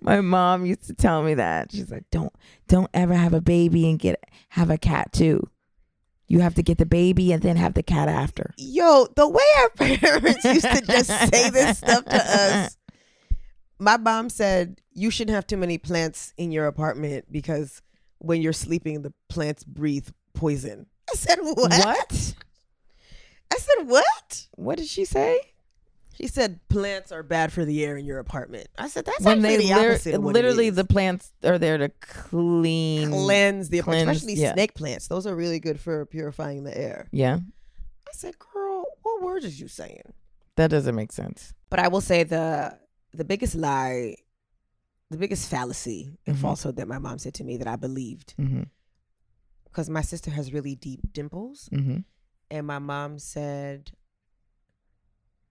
S2: My mom used to tell me that. She's like, "Don't don't ever have a baby and get have a cat too. You have to get the baby and then have the cat after."
S3: Yo, the way our [LAUGHS] parents used to just say this stuff to us. My mom said, You shouldn't have too many plants in your apartment because when you're sleeping, the plants breathe poison. I said, What?
S2: What?
S3: I said, What?
S2: What did she say?
S3: She said, Plants are bad for the air in your apartment. I said, That's
S2: when
S3: actually
S2: they
S3: the
S2: lir-
S3: opposite. of what it
S2: literally
S3: is."
S2: the plants are there to clean.
S3: cleanse the
S2: Mm, Cleanse,
S3: especially
S2: yeah.
S3: snake plants. Those are really good for purifying the air.
S2: Yeah,
S3: I said, girl, what words is you saying?
S2: that doesn't make sense.
S3: But I will say the the biggest lie, the biggest fallacy and
S2: Mhm.
S3: falsehood that my mom said to me that I believed
S2: hmm
S3: because my sister has really deep dimples,
S2: hmm
S3: and my mom said,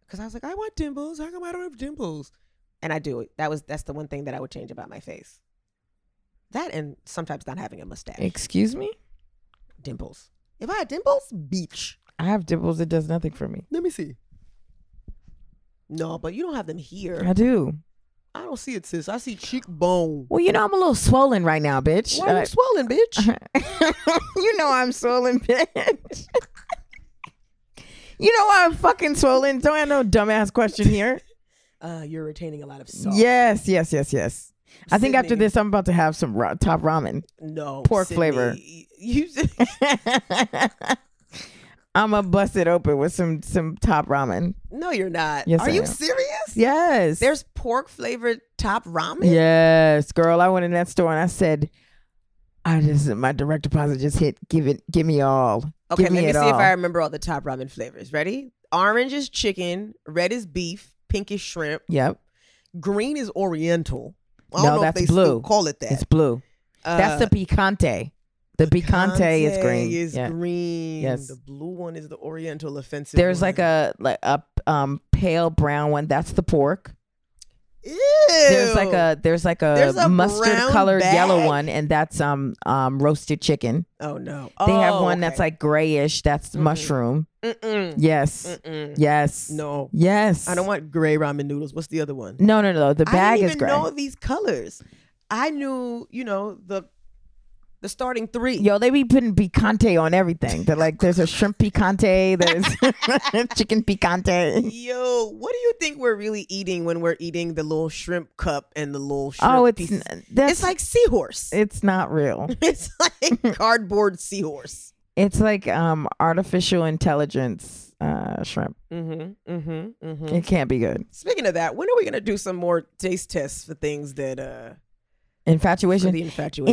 S3: because I was like, I want dimples. How come I don't have dimples? And I do. That was that's the one thing that I would change about my face. That and sometimes not having a mustache,
S2: Excuse me.
S3: dimples. If I had dimples, beach.
S2: I have dimples. It does nothing for me.
S3: Let me see. No, but you don't have them here.
S2: I do.
S3: I don't see it, sis. I see cheekbone.
S2: Well, you know I'm a little swollen right now, bitch.
S3: Why are
S2: Uh,
S3: you swollen, bitch?
S2: [LAUGHS] you know I'm swollen, bitch. [LAUGHS] you know why I'm fucking swollen. Don't have no dumbass question here.
S3: Uh, you're retaining a lot of salt.
S2: Yes, yes, yes, yes. I think after
S3: Sydney.
S2: this, I'm about to have some ra- top ramen. [LAUGHS]
S3: No
S2: Pork
S3: Sydney,
S2: flavor.
S3: You
S2: I'm gonna bust it open with some some top ramen.
S3: [LAUGHS] no, you're not.
S2: Yes,
S3: Are
S2: I
S3: you
S2: am.
S3: serious?
S2: Yes,
S3: There's pork flavored top ramen.
S2: yes, girl. I went in that store and I said, I just my direct deposit just hit. Give it, give me all.
S3: Okay,
S2: give
S3: let me
S2: it
S3: see if
S2: all.
S3: I remember all the top ramen flavors. Ready? Orange is chicken. Red is beef. Pink is shrimp.
S2: Yep,
S3: Green is oriental. I
S2: No,
S3: don't know
S2: that's
S3: if they still
S2: blue.
S3: call it that.
S2: it's blue. That's the
S3: Uh,
S2: picante. The picante, is
S3: Conte
S2: green.
S3: Is
S2: yeah.
S3: green.
S2: Yes.
S3: The blue one is the oriental offensive.
S2: There's like
S3: one.
S2: a like a um pale brown one. That's the pork.
S3: Ew.
S2: There's like a there's like a,
S3: There's a
S2: mustard
S3: brown
S2: colored yellow
S3: bag?
S2: one, and that's um um roasted chicken.
S3: Oh no.
S2: They have one that's like grayish. That's mushroom.
S3: like. Mm-mm.
S2: Yes.
S3: Mm-mm.
S2: Yes.
S3: No.
S2: Yes.
S3: I don't want gray ramen noodles. What's the other one?
S2: No, no, no. The
S3: I
S2: bag
S3: didn't
S2: is
S3: even
S2: gray.
S3: know these colors. I knew, you know, the the starting three.
S2: Yo, they be putting picante on everything. They're like, there's a shrimp picante.
S3: [LAUGHS]
S2: There's [LAUGHS] chicken picante.
S3: Yo, what do you think we're really eating when we're eating the little shrimp cup and the little shrimp?
S2: Oh, it's
S3: pieces?
S2: n- that's,
S3: it's like seahorse.
S2: it's not real.
S3: [LAUGHS] It's
S2: [LAUGHS]
S3: like cardboard seahorse.
S2: It's like um artificial intelligence uh shrimp.
S3: Mm-hmm. Mm-hmm. Mm-hmm.
S2: It can't be good.
S3: Speaking of that, when are we gonna do some more taste tests for things that uh for
S2: Infatuation.
S3: the infatuation?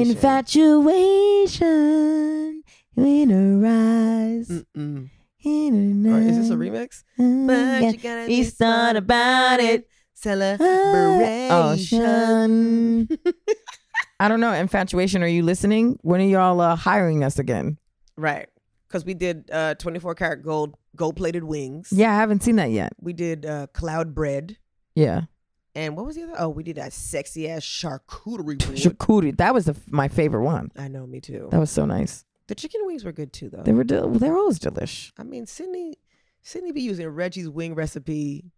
S2: Infatuation Mm. in her eyes.
S3: Mm-mm.
S2: In her
S3: Or is this a
S2: eyes.
S3: remix?
S2: Mm, yeah.
S3: gotta
S2: He's thought about it. Ocean. I don't know. Infatuation, are you listening? When are y'all uh, hiring us again?
S3: Right. Because we did uh 24 karat gold gold plated wings.
S2: Yeah, I haven't seen that yet.
S3: We did uh cloud bread.
S2: Yeah.
S3: And what was the other? Oh, we did that sexy ass charcuterie board.
S2: Charcuterie. That was the, my favorite one.
S3: I know, me too.
S2: That was so nice.
S3: The chicken wings were good too, though.
S2: They were del- they're always delish.
S3: I mean, Sydney, Sydney be using Reggie's wing recipe.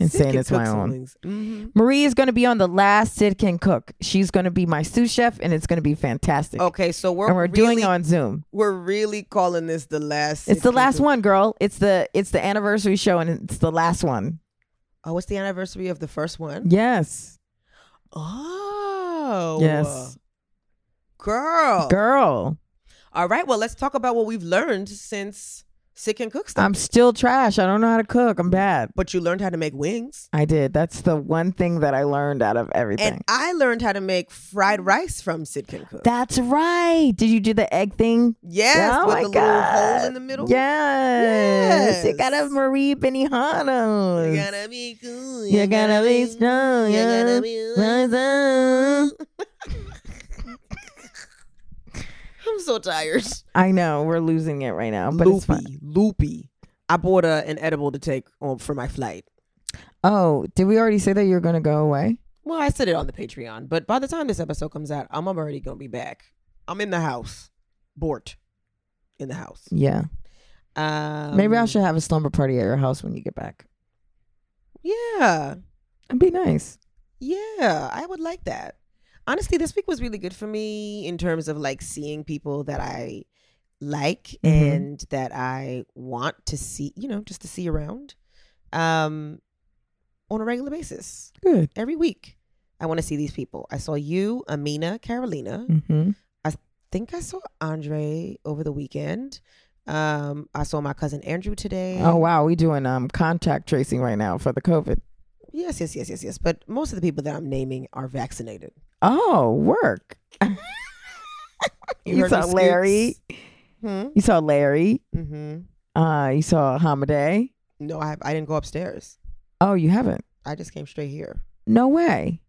S2: And
S3: Sid
S2: saying
S3: can
S2: it's
S3: cook
S2: my
S3: some
S2: own.
S3: wings. Mhm.
S2: Marie is going to be on the last Sid Can Cook. She's going to be my sous chef, and it's going to be fantastic.
S3: Okay, so we're
S2: and we're doing
S3: really-
S2: it on Zoom.
S3: We're really calling this the last.
S2: It's the
S3: Sitcom
S2: last
S3: Cook-
S2: one, girl. It's the it's the anniversary show, and it's the last one.
S3: Oh, it's the anniversary of the first one.
S2: Yes,
S3: Oh,
S2: Yes.
S3: girl.
S2: Oh. girl.
S3: All right. Well, let's talk about what we've learned since Sick and Cook stuff.
S2: I'm still trash. I don't know how to cook. I'm bad.
S3: but you learned how to make wings,
S2: I did. That's the one thing that I learned out of everything.
S3: and I learned how to make fried rice from Sid Can Cook.
S2: That's right. Did you do the egg thing?
S3: yes,
S2: oh
S3: with
S2: my
S3: the little
S2: God.
S3: hole in the middle.
S2: Yes. You
S3: Yes.
S2: gotta have Marie Benihana.
S3: You gotta be cool.
S2: You gotta be strong.
S3: You
S2: You
S3: gotta
S2: gotta
S3: be-
S2: rise up.
S3: [LAUGHS] I'm so tired.
S2: I know we're losing it right now, but
S3: loopy,
S2: it's fine.
S3: loopy. I bought a, an edible to take on for my flight.
S2: Oh, did we already say that you're gonna go away?
S3: Well, I said it on the Patreon, but by the time this episode comes out, I'm already gonna be back. I'm in the house, bored, in the house.
S2: Yeah.
S3: Um,
S2: Maybe I should have a slumber party at your house when you get back.
S3: Yeah,
S2: It'd be nice.
S3: yeah, I would like that. Honestly, this week was really good for me in terms of like seeing people that I like
S2: Mhm.
S3: and that I want to see. You know, just to see around, um, on a regular basis.
S2: Good.
S3: every week. I want to see these people. I saw you, Amina, Carolina. I
S2: Mm-hmm.
S3: think I saw Andre over the weekend. Um, I saw my cousin Andrew today.
S2: Oh wow, we doing um contact tracing right now for the COVID.
S3: yes, yes, yes, yes, yes. But most of the people that I'm naming are vaccinated.
S2: Oh, work.
S3: You
S2: you
S3: heard me,
S2: saw Larry.
S3: Hmm.
S2: You saw Larry.
S3: Mm-hmm.
S2: Uh, you saw Hamaday.
S3: No, I have, I didn't go upstairs.
S2: Oh, you haven't.
S3: I just came straight here
S2: No way.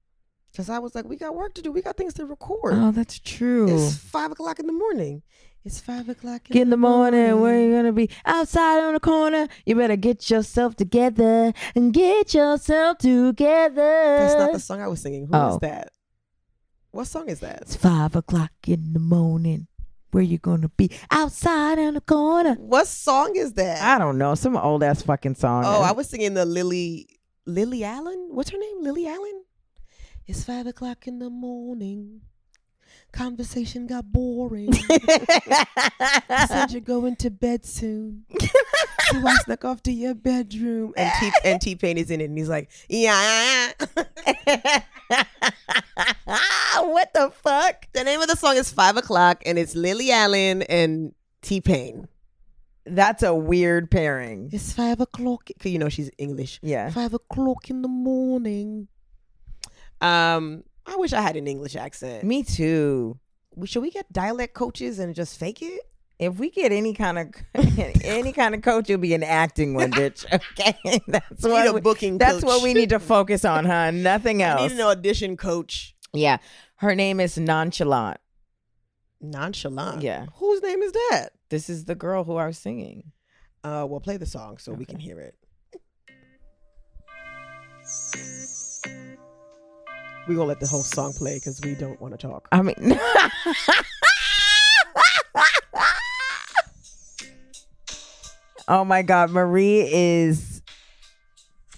S3: because I was like, we got work to do. We got things to record.
S2: Oh, that's true.
S3: it's five o'clock in the morning. It's five o'clock
S2: in the morning where you gonna be outside on the corner you better get yourself together and get yourself together
S3: That's not the song I was singing. Who is
S2: Oh.
S3: that? What song is that?
S2: it's five o'clock in the morning where you gonna be outside on the corner
S3: What song is that?
S2: i don't know some old ass fucking song
S3: Oh, I was singing the Lily Lily Allen. What's her name? Lily Allen. It's five o'clock in the morning. Conversation got boring. You said you're going to bed [LAUGHS] soon. so I snuck off to your bedroom. And [LAUGHS] T and T Pain is in it, and he's like, yeah. song is Five O'Clock and it's Lily Allen and T Pain.
S2: That's a weird pairing.
S3: It's five o'clock. 'cause you know she's English.
S2: Yeah.
S3: Five o'clock in the morning. Um, I wish I had an English accent.
S2: Me too.
S3: We- Should we get dialect coaches and just fake it?
S2: If we get any kind of [LAUGHS] any kind of coach, you'll be an acting one,
S3: [LAUGHS]
S2: bitch. Okay, [LAUGHS] that's
S3: need
S2: what
S3: a
S2: we,
S3: booking
S2: That's
S3: coach.
S2: what we need to focus on,
S3: [LAUGHS]
S2: huh? Nothing else.
S3: I need an audition coach.
S2: Yeah, her name is Nonchalant.
S3: Nonchalant.
S2: Yeah.
S3: Whose name is that?
S2: This is the girl who I was singing.
S3: Uh, well, play the song so we can hear it. We're gonna let the whole song play because we don't want to talk.
S2: I mean, [LAUGHS] oh my God, Marie is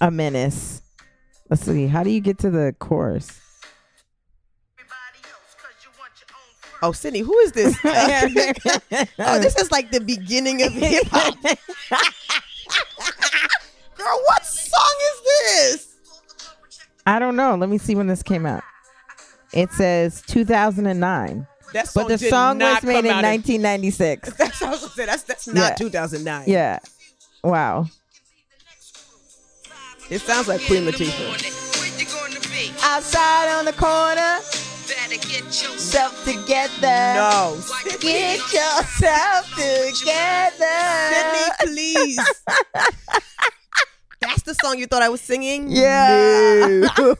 S2: a menace. Let's see. How do you get to the chorus? [LAUGHS]
S3: Oh, Sydney, who is [LAUGHS] this? oh, this is like the beginning [LAUGHS] of hip hop. Girl, what song is this?
S2: I don't know. Let me see when this came out. It says 2009,
S3: That
S2: but the
S3: did
S2: song was
S3: not
S2: made
S3: come
S2: in
S3: out
S2: 1996.
S3: [LAUGHS] That's what I was gonna say. That's that's not
S2: Yeah.
S3: 2009.
S2: Yeah. Wow.
S3: it sounds like Queen Latifah.
S5: Where you gonna be?
S3: Outside on the corner,
S5: Better get yourself
S2: Stuff together.
S3: no.
S2: Get yourself
S3: Sydney,
S2: together. [LAUGHS]
S3: please. That's the song you thought I was singing?
S2: Yeah.
S3: No.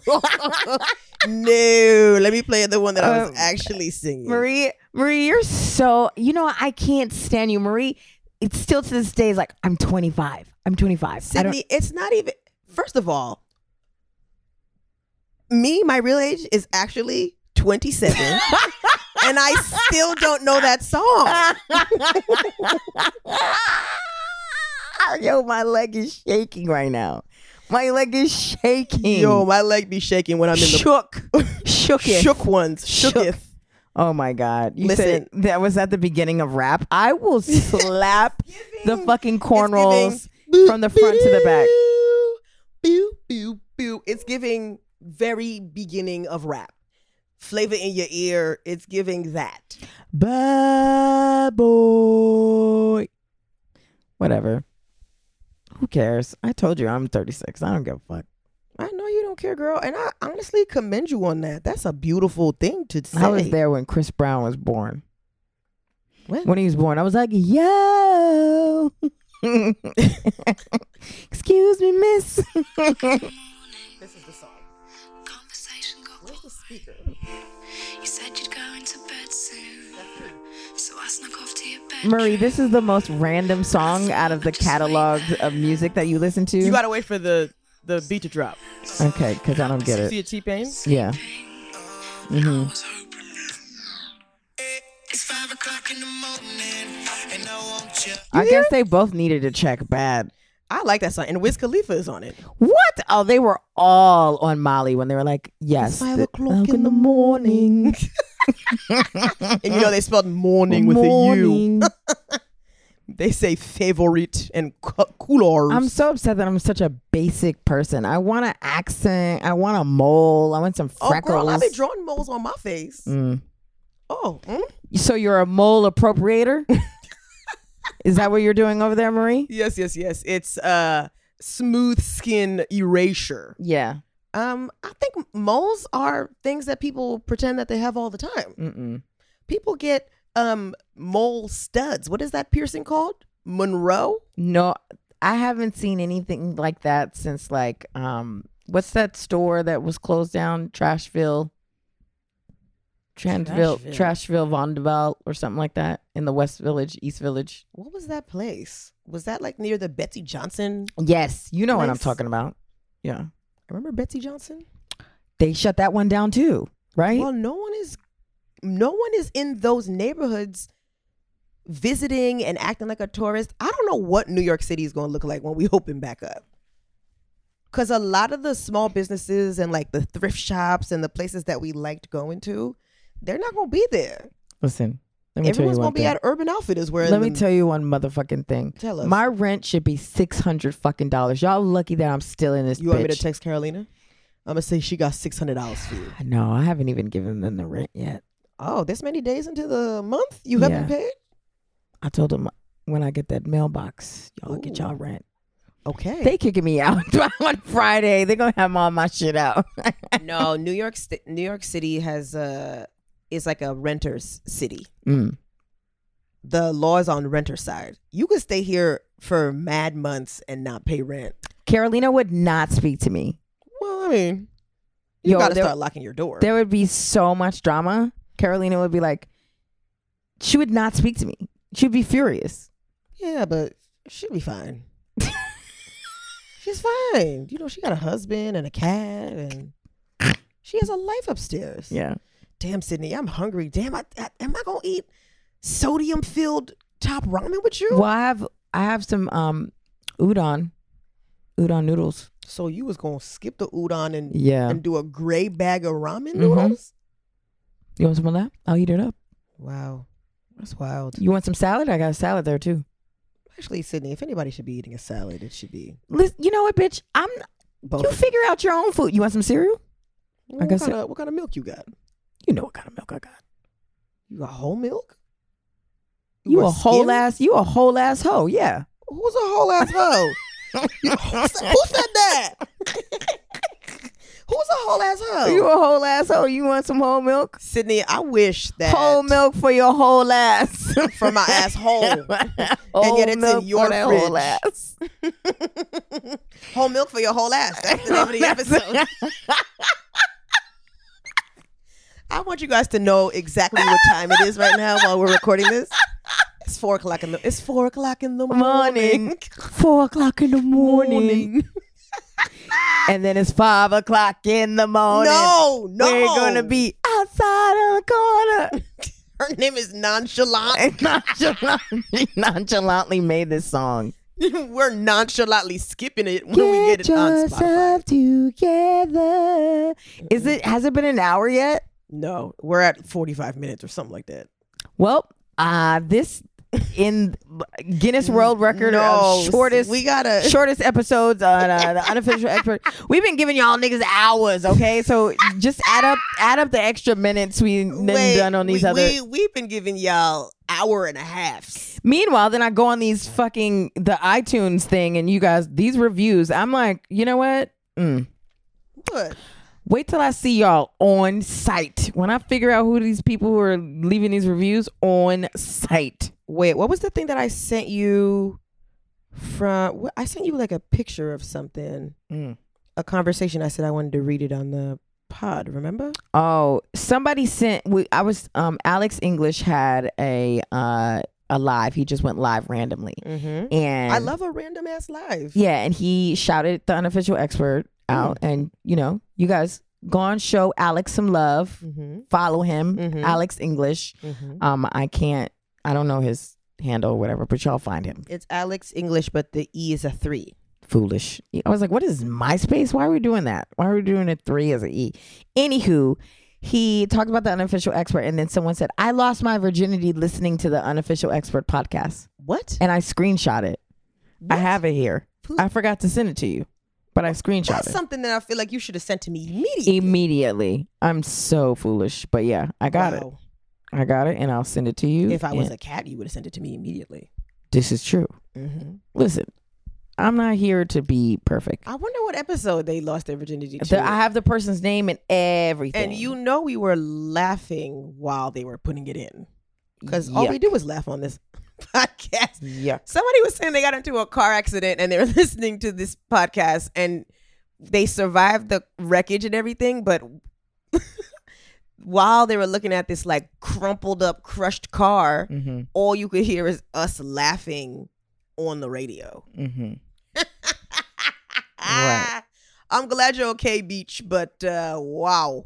S3: [LAUGHS] No. Let me play the one that I was
S2: Um,
S3: actually singing.
S2: Marie, Marie, you're so you know I can't stand you, Marie. It's still to this day is like I'm 25. I'm 25. I don't-
S3: Sydney, it's not even. First of all, me, my real age is actually 27. [LAUGHS] and I still don't know that song.
S2: [LAUGHS] Yo, my leg is shaking right now. My leg is shaking.
S3: Yo, my leg be shaking when I'm in the [LAUGHS]
S2: shook, shook it.
S3: shook ones.
S2: Shook.
S3: Shooketh.
S2: Oh my God! You said
S3: Listen.
S2: that was at the beginning of rap. I
S3: [LAUGHS]
S2: will slap the fucking cornrows
S3: It's giving
S2: from the front to the back.
S3: Boo, boo, boo. It's giving very beginning of rap. Flavor in your ear. It's giving that.
S2: Bad boy. Whatever. Who cares? I told you I'm 36. I don't give a fuck.
S3: I know you don't care, girl. And I honestly commend you on that. That's a beautiful thing to say.
S2: I was there when Chris Brown was born.
S3: What?
S2: When he was born, I was like, yo. [LAUGHS] Excuse me, miss.
S3: This is the song.
S6: Conversation got
S3: Where's the speaker?
S6: You said you'd go into bed soon. So I snuck off to your bed.
S2: Marie, this is the most random song out of the catalog of music that you listen to.
S7: You gotta wait for the the beat to drop.
S2: okay, because I don't get
S7: See
S2: it.
S7: a T Pain?
S2: Yeah.
S6: Mm-hmm. I was hoping you- It's five o'clock in the morning, and I want you.
S2: I guess they both needed to check bad.
S3: I like that song. And Wiz Khalifa is on it.
S2: What? Oh, they were all on Molly when they were like, yes.
S3: It's five
S2: the- oh,
S3: o'clock in the morning. And you know they spelled [LAUGHS] morning with a U. [LAUGHS]
S2: morning.
S3: They say favorite and cu- couleurs.
S2: I'm so upset that I'm such a basic person. I want an accent. I want a mole. I want some
S3: oh,
S2: freckles.
S3: girl, I've been drawing moles on my face.
S2: Mm.
S3: Oh, mm?
S2: So you're a mole appropriator?
S3: [LAUGHS]
S2: Is that what you're doing over there, Marie?
S3: yes, yes, yes. It's uh, smooth skin erasure.
S2: Yeah.
S3: Um, I think moles are things that people pretend that they have all the time.
S2: Mm-mm.
S3: People get um mole studs. What is that piercing called? Monroe.
S2: No, I haven't seen anything like that since like um what's that store that was closed down? Trashville. Transville,
S3: Trashville.
S2: Trashville, Vonderbilt, or something like that in the West Village, East Village.
S3: What was that place? Was that like near the Betsy Johnson?
S2: Yes, you know what I'm
S3: Place.
S2: talking about. Yeah,
S3: Remember Betsy Johnson?
S2: they shut that one down too, right?
S3: Well, no one is, no one is in those neighborhoods visiting and acting like a tourist. I don't know what New York City is going to look like when we [LAUGHS] open back up. Cause a lot of the small businesses and like the thrift shops and the places that we liked going to, they're not going to be there.
S2: Listen, let me
S3: Everyone's
S2: tell you
S3: going
S2: one
S3: to be
S2: thing.
S3: at Urban Outfitters wearing.
S2: Let me
S3: them-
S2: tell you one motherfucking thing.
S3: Tell us.
S2: My rent should be six hundred fucking dollars. Y'all lucky that I'm still in this.
S3: You want me to
S2: bitch.
S3: text Carolina? I'm gonna say she got six hundred dollars for you.
S2: No, I haven't even given them the rent yet.
S3: oh, this many days into the month you
S2: Yeah.
S3: haven't paid?
S2: I told them when I get that mailbox, y'all get y'all rent.
S3: Okay.
S2: They kicking me [LAUGHS] out on Friday. They're gonna have all my shit out. [LAUGHS]
S3: no, New York Sti- New York City has a is like a renters city.
S2: Mm.
S3: The law is on renter side. You could stay here for mad months and not pay rent.
S2: Carolina would not speak to me.
S3: Well, I mean, you
S2: Yo,
S3: got to
S2: there-
S3: start locking your door.
S2: There would be so much drama. Carolina would be like, she would not speak to me. She'd be furious.
S3: yeah, but she'll be [LAUGHS] fine. She's fine. You know, she got a husband and a cat, and she has a life upstairs.
S2: Yeah.
S3: Damn, Sydney, I'm hungry. Damn, I, I, am I gonna eat sodium filled top ramen with you?
S2: Well, I have I have some um udon, udon noodles.
S3: So you was gonna skip the udon and
S2: Yeah.
S3: and do a gray bag of ramen
S2: Mhm.
S3: noodles?
S2: You want some of that? I'll eat it up.
S3: Wow, that's wild.
S2: You want some salad? I got a salad there too.
S3: Actually, Sydney, if anybody should be eating a salad, it should be
S2: Listen, you know what, bitch? I'm.
S3: both.
S2: You figure out your own food. You want some cereal?
S3: Well,
S2: I
S3: what,
S2: guess
S3: kind of, what kind of milk you got?
S2: You know what kind of milk I got.
S3: You got whole milk?
S2: You a
S3: want
S2: whole
S3: skim?
S2: ass. You a whole ass hoe. Yeah.
S3: Who's a whole ass
S2: [LAUGHS]
S3: hoe? Who said- Who said that? Who's a whole ass hoe?
S2: You a whole ass hoe. You want some whole milk?
S3: Sydney, I wish that
S2: Whole milk for your whole ass. [LAUGHS]
S3: from my asshole.
S2: Whole
S3: yet it's in
S2: milk for
S3: your
S2: that whole
S3: fridge.
S2: ass. [LAUGHS]
S3: whole milk for your whole ass. That's the name of the episode. I want you guys to know exactly what time it is right now while we're recording this. It's four o'clock in the it's four o'clock in the morning.
S2: Morning. Four o'clock in the morning. [LAUGHS] and then it's five o'clock in the morning.
S3: No, no.
S2: We're gonna be outside of the corner. [LAUGHS]
S3: her name is nonchalant.
S2: And nonchalantly, [LAUGHS] nonchalantly made this song.
S3: [LAUGHS] we're nonchalantly skipping it when we get it on Spotify.
S2: together. Is it? Has it been an hour yet?
S3: No, we're at forty five minutes or something like that.
S2: Well, uh this in Guinness World Record
S3: no,
S2: of shortest
S3: we gotta-
S2: shortest episodes on uh,
S3: [LAUGHS]
S2: the unofficial expert. We've been giving y'all niggas hours, okay? So just add up add up the extra minutes we done
S3: Wait,
S2: done on these
S3: we,
S2: other.
S3: we we've been giving y'all hour and a half.
S2: Meanwhile, then I go on these fucking the iTunes thing, and you guys these reviews. I'm like, you know what? Mm.
S3: What?
S2: Wait till I see y'all on site. When I figure out who these people who are leaving these reviews on site.
S3: Wait, what was the thing that I sent you from? wh- I sent you like a picture of something,
S2: Mm.
S3: a conversation. I said I wanted to read it on the pod. Remember?
S2: Oh, somebody sent. We, I was. Um, Alex English had a uh a live. He just went live randomly,
S3: Mm-hmm.
S2: and
S3: I love a random ass live.
S2: Yeah, and he shouted the unofficial expert
S3: Mm.
S2: out, and you know, you guys go on show Alex some love.
S3: Mm-hmm.
S2: Follow him,
S3: Mhm.
S2: Alex English.
S3: Mm-hmm.
S2: Um, I can't. I don't know his handle or whatever, but y'all find him
S3: It's Alex English, but the E is a three.
S2: foolish. I was like, what is MySpace? Why are we doing that? Why are we doing a three as an E? Anywho, he talked about the unofficial expert, and then someone said, I lost my virginity listening to the unofficial expert podcast,
S3: What?
S2: and I screenshot it. I have it here.
S3: Who-
S2: I forgot to send it to you, but I screenshot
S3: That's
S2: it
S3: something that I feel like you should have sent to me immediately.
S2: immediately. I'm so foolish, but yeah, I got it.
S3: Wow.
S2: I got it, and I'll send it to you.
S3: If I was
S2: and
S3: a cat, you would have sent it to me immediately.
S2: this is true.
S3: Mm-hmm.
S2: Listen, I'm not here to be perfect.
S3: I wonder what episode they lost their virginity to.
S2: The- I have the person's name and everything.
S3: And you know we were laughing while they were putting it in. Because all we
S2: Yuck.
S3: do is laugh on this [LAUGHS] podcast.
S2: Yuck.
S3: Somebody was saying they got into a car accident and they were [LAUGHS] listening to this podcast and they survived the wreckage and everything, but [LAUGHS] while they were looking at this like crumpled up, crushed car,
S2: Mhm.
S3: all you could hear is us laughing on the radio.
S2: Mhm.
S3: Ah, I'm glad you're okay, Beach, but uh, wow.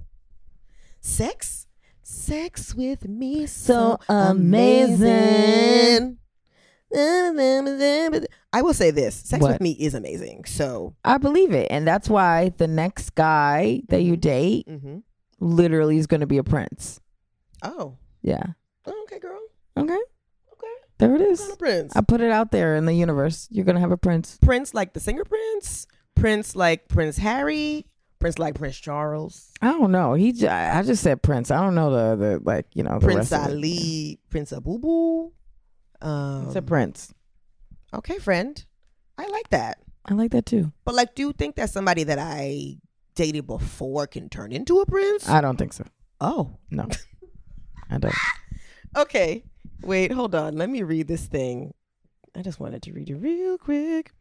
S3: Sex? Sex with me so,
S2: So amazing.
S3: amazing. I will say this sex with
S2: What?
S3: me is amazing. So,
S2: I believe it, and that's why the next guy that you date
S3: mhm.
S2: literally is going to be a prince.
S3: oh,
S2: Yeah.
S3: Oh, okay, girl.
S2: Okay.
S3: Okay.
S2: There it
S3: What kind
S2: is.
S3: of prince?
S2: I put it out there in the universe. You're going to have a prince.
S3: prince like the singer Prince, Prince like Prince Harry, Prince like Prince Charles,
S2: I don't know. He, j- I I just said Prince. I don't know the the like you know the
S3: Prince
S2: rest of it.
S3: Ali, Prince Abubu. Um,
S2: It's a Prince.
S3: okay, friend, I like that.
S2: I like that too.
S3: But like, do you think that somebody that I dated before can turn into a prince?
S2: I don't think so.
S3: oh, [LAUGHS]
S2: No, I don't.
S3: okay. Wait, hold on. Let me read this thing. I just wanted to read it real quick.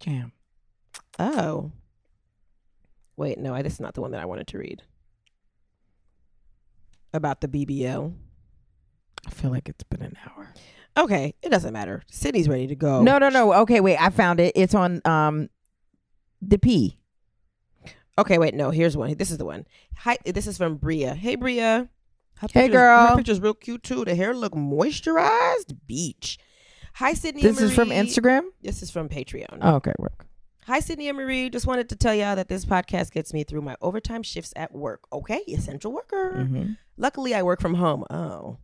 S2: Damn.
S3: Oh. Wait, no, I- this is not the one that I wanted to read. About the BBL.
S2: I feel like it's been an hour.
S3: Okay, it doesn't matter. Sydney's ready to go.
S2: No, no, no. Okay, wait. I found it. It's on um, the P.
S3: Okay, wait, no, here's one. This is the one. Hi, this is from Bria. Hey, Bria. Her
S2: Hey,
S3: picture's- Her
S2: girl.
S3: picture's real cute, too. The hair look moisturized. Beach. Hi, Sydney. and
S2: This is from
S3: Marie.
S2: Instagram.
S3: This is from Patreon.
S2: Oh, okay, work.
S3: Hi, Sydney and Marie. Just wanted to tell y'all that this podcast gets me through my overtime shifts at work. Okay, essential worker.
S2: Mm-hmm.
S3: Luckily, I work from home. Oh.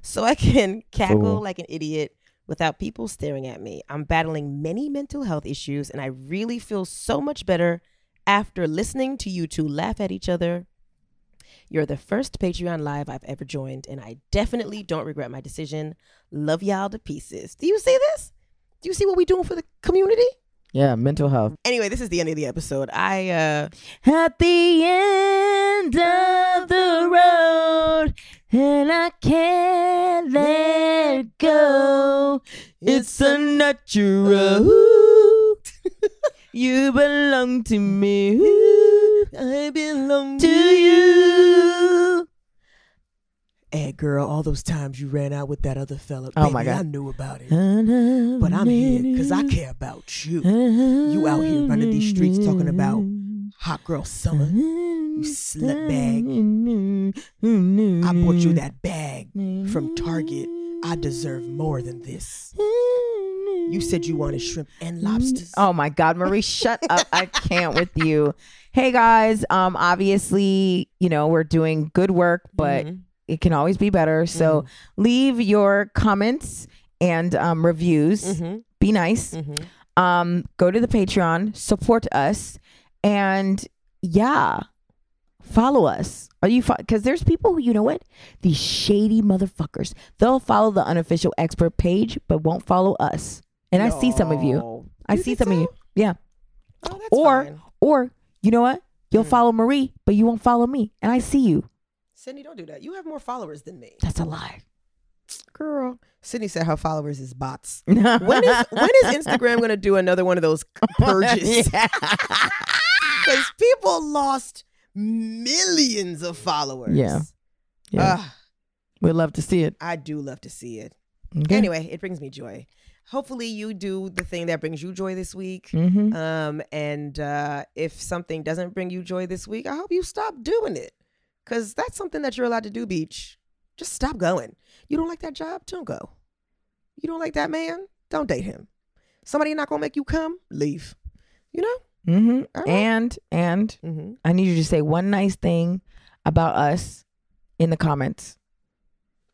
S3: So I can [LAUGHS] cackle
S2: Fool.
S3: like an idiot without people staring at me. I'm battling many mental health issues, and I really feel so much better after listening to you two laugh at each other. You're the first Patreon Live I've ever joined, and I definitely don't regret my decision. Love y'all to pieces. Do you see this? Do you see what we doing for the community?
S2: Yeah, mental health.
S3: Anyway, this is the end of the episode. I uh
S2: At the end of the road, and I can't let go. It's a natural. you belong to me.
S3: I belong
S2: To you.
S3: Hey girl, all those times you ran out with that other fella.
S2: Oh, my
S3: baby,
S2: God.
S3: I knew about it.
S2: But
S3: But I'm here because I care about you.
S2: You
S3: out here running these streets talking about Hot girl summer.
S2: you
S3: slut bag. I
S2: I
S3: bought you that bag from Target. I deserve more than this. You said you wanted shrimp and lobsters.
S2: Oh my God, Marie, shut up. I can't with you. Hey guys, um, obviously, you know, we're doing good work, but it can always be better. So leave your comments and um, reviews. Be nice. Um, go to the Patreon, support us, and yeah, follow us. Are you because there's people who you know what these shady motherfuckers. They'll follow the unofficial expert page, but won't follow us. And I see some of you.
S3: No.
S2: I
S3: You
S2: see
S3: think
S2: some of you.
S3: so?
S2: Yeah.
S3: Oh, that's
S2: or
S3: fine. Hmm.
S2: or you know what? You'll follow Marie, but you won't follow me. And I see you.
S3: Sydney, don't do that. You have more followers than me.
S2: That's a lie. [LAUGHS]
S3: Girl. Sydney said her followers is bots.
S2: when is [LAUGHS]
S3: When is when is Instagram gonna do another one of those purges? [LAUGHS] Because people lost millions of followers.
S2: Yeah. Yeah.
S3: Ugh,
S2: We'd love to see it.
S3: I do love to see it.
S2: Okay.
S3: Anyway, it brings me joy. Hopefully, you do the thing that brings you joy this week.
S2: Mhm.
S3: Um, and uh, if something doesn't bring you joy this week, I hope you stop doing it because that's something that you're allowed to do, Beach. Just stop going. You don't like that job? Don't go. You don't like that man? Don't date him. Somebody not gonna make you come? Leave. You know?
S2: Mhm.
S3: All right.
S2: And and
S3: Mm-hmm.
S2: I need you to say one nice thing about us in the comments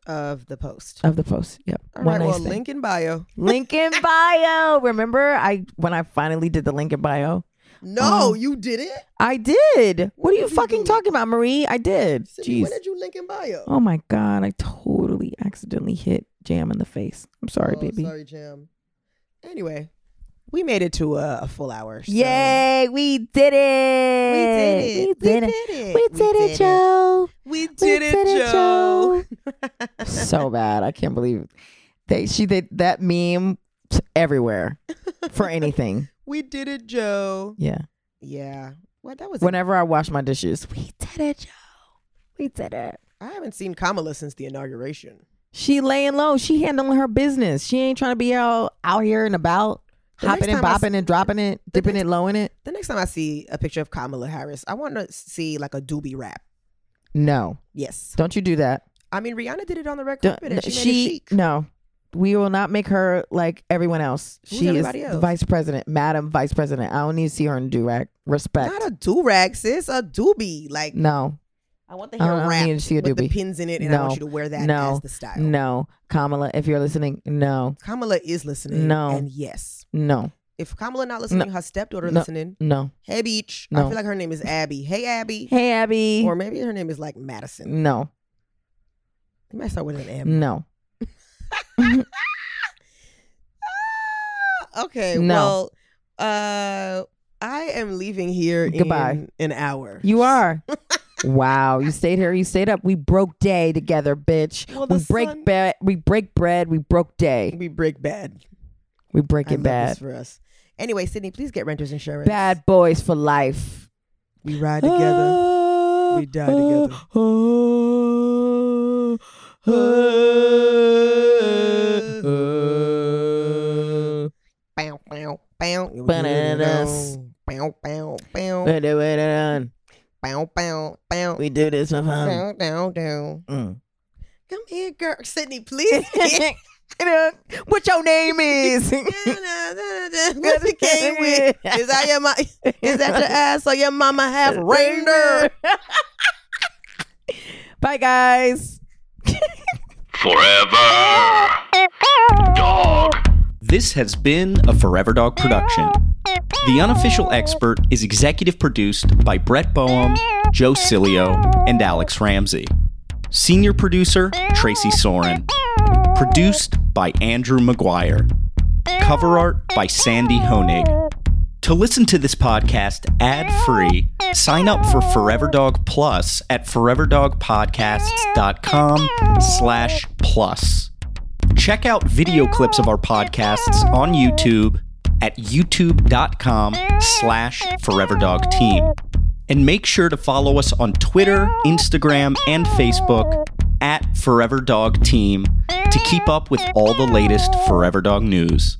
S3: Of the post.
S2: of the post. Yep.
S3: All
S2: one
S3: right.
S2: nice
S3: well,
S2: thing.
S3: link in bio.
S2: Link in bio. Remember I when I finally did the link in bio?
S3: No,
S2: Oh.
S3: you did it.
S2: I did. What are you
S3: Did you
S2: fucking
S3: do?
S2: talking about, Marie? I did.
S3: Sydney,
S2: Jeez.
S3: when did you link in bio?
S2: Oh my god, I totally accidentally hit Jam in the face. I'm sorry,
S3: Oh,
S2: baby.
S3: Sorry, Jim. Anyway, we made it to a, a full hour. so-
S2: Yay, we did
S3: We did
S2: it.
S3: it.
S2: We did it.
S3: it.
S2: We did it, Joe.
S3: We did it, Joe.
S2: so bad. I can't believe they she did that meme t- everywhere for anything.
S3: [LAUGHS] We did it, Joe.
S2: Yeah.
S3: Yeah. What that was.
S2: Whenever I wash my dishes, we did it, Joe. We did it.
S3: I haven't seen Kamala since the inauguration.
S2: She laying low. She handling her business. She ain't trying to be all out here and about,
S3: The
S2: hopping
S3: next
S2: and
S3: time I s-
S2: bopping and dropping it,
S3: the
S2: dipping
S3: next-
S2: it, low in it.
S3: The next time I see a picture of Kamala Harris, I want to see like a doobie rap.
S2: No,
S3: Yes.
S2: don't you do that.
S3: I mean, Rihanna did it on the red
S2: Don't-
S3: carpet. And she, made it
S2: she
S3: chic.
S2: no. We will not make her like everyone else.
S3: Who's
S2: she is
S3: everybody
S2: the
S3: else?
S2: vice president, madam vice president. I don't need to see her in durag. Respect.
S3: Not a do rag, sis. A doobie. Like
S2: no,
S3: I want the
S2: I
S3: hair
S2: don't- I don't
S3: wrapped
S2: need to see a
S3: with the
S2: doobie.
S3: pins in it, and I
S2: No.
S3: want you to wear that
S2: No.
S3: as the style.
S2: no, Kamala. If you're listening, no,
S3: Kamala is listening.
S2: No.
S3: And yes,
S2: no.
S3: If Kamala not listening, her stepdaughter
S2: No.
S3: listening.
S2: No.
S3: Hey, Beach. I
S2: No.
S3: feel like her name is Abby. Hey, Abby.
S2: Hey, Abby.
S3: Or maybe her name is like Madison.
S2: no.
S3: It might start with an M.
S2: No.
S3: Ah, Okay.
S2: No.
S3: Well, uh, I am leaving here
S2: Goodbye.
S3: in an hour.
S2: You
S3: [LAUGHS]
S2: are. wow. You stayed here. You stayed up. We broke day together, bitch.
S3: Well,
S2: we
S3: the sun-
S2: break bread. We break bread. We broke day.
S3: we break bad.
S2: We break
S3: I
S2: it
S3: love
S2: bad.
S3: this for us. Anyway, Sydney, please get renters insurance.
S2: Bad boys for life.
S3: We ride
S2: [GASPS]
S3: together.
S2: We
S3: die together.
S2: ah,
S3: bow, bow, bow.
S2: Bananas.
S3: Bow, bow, bow.
S2: We do it and
S3: Bow, bow, bow.
S2: we do this for fun.
S3: Down, down, down.
S2: Mm.
S3: Come here, girl.
S2: [LAUGHS]
S3: Sydney, please. [LAUGHS]
S2: what your name [LAUGHS] is?
S3: [LAUGHS] What you came
S2: [LAUGHS]
S3: with? Is that your ma- Is that your ass or your mama half reindeer?
S2: Bye, guys.
S1: Forever. Dog.
S8: This has been a Forever Dog production. The Unofficial Expert is executive produced by Brett Boehm, Joe Cilio, and Alex Ramsey. Senior producer, Tracy Soren. Produced by Andrew McGuire. Cover art by Sandy Honig. To listen to this podcast ad free, sign up for Forever Dog Plus at foreverdogpodcasts.com slash plus. Check out video clips of our podcasts on YouTube at youtube.com slash foreverdogteam. And make sure to follow us on Twitter, Instagram, and Facebook at Forever Dog Team to keep up with all the latest Forever Dog news.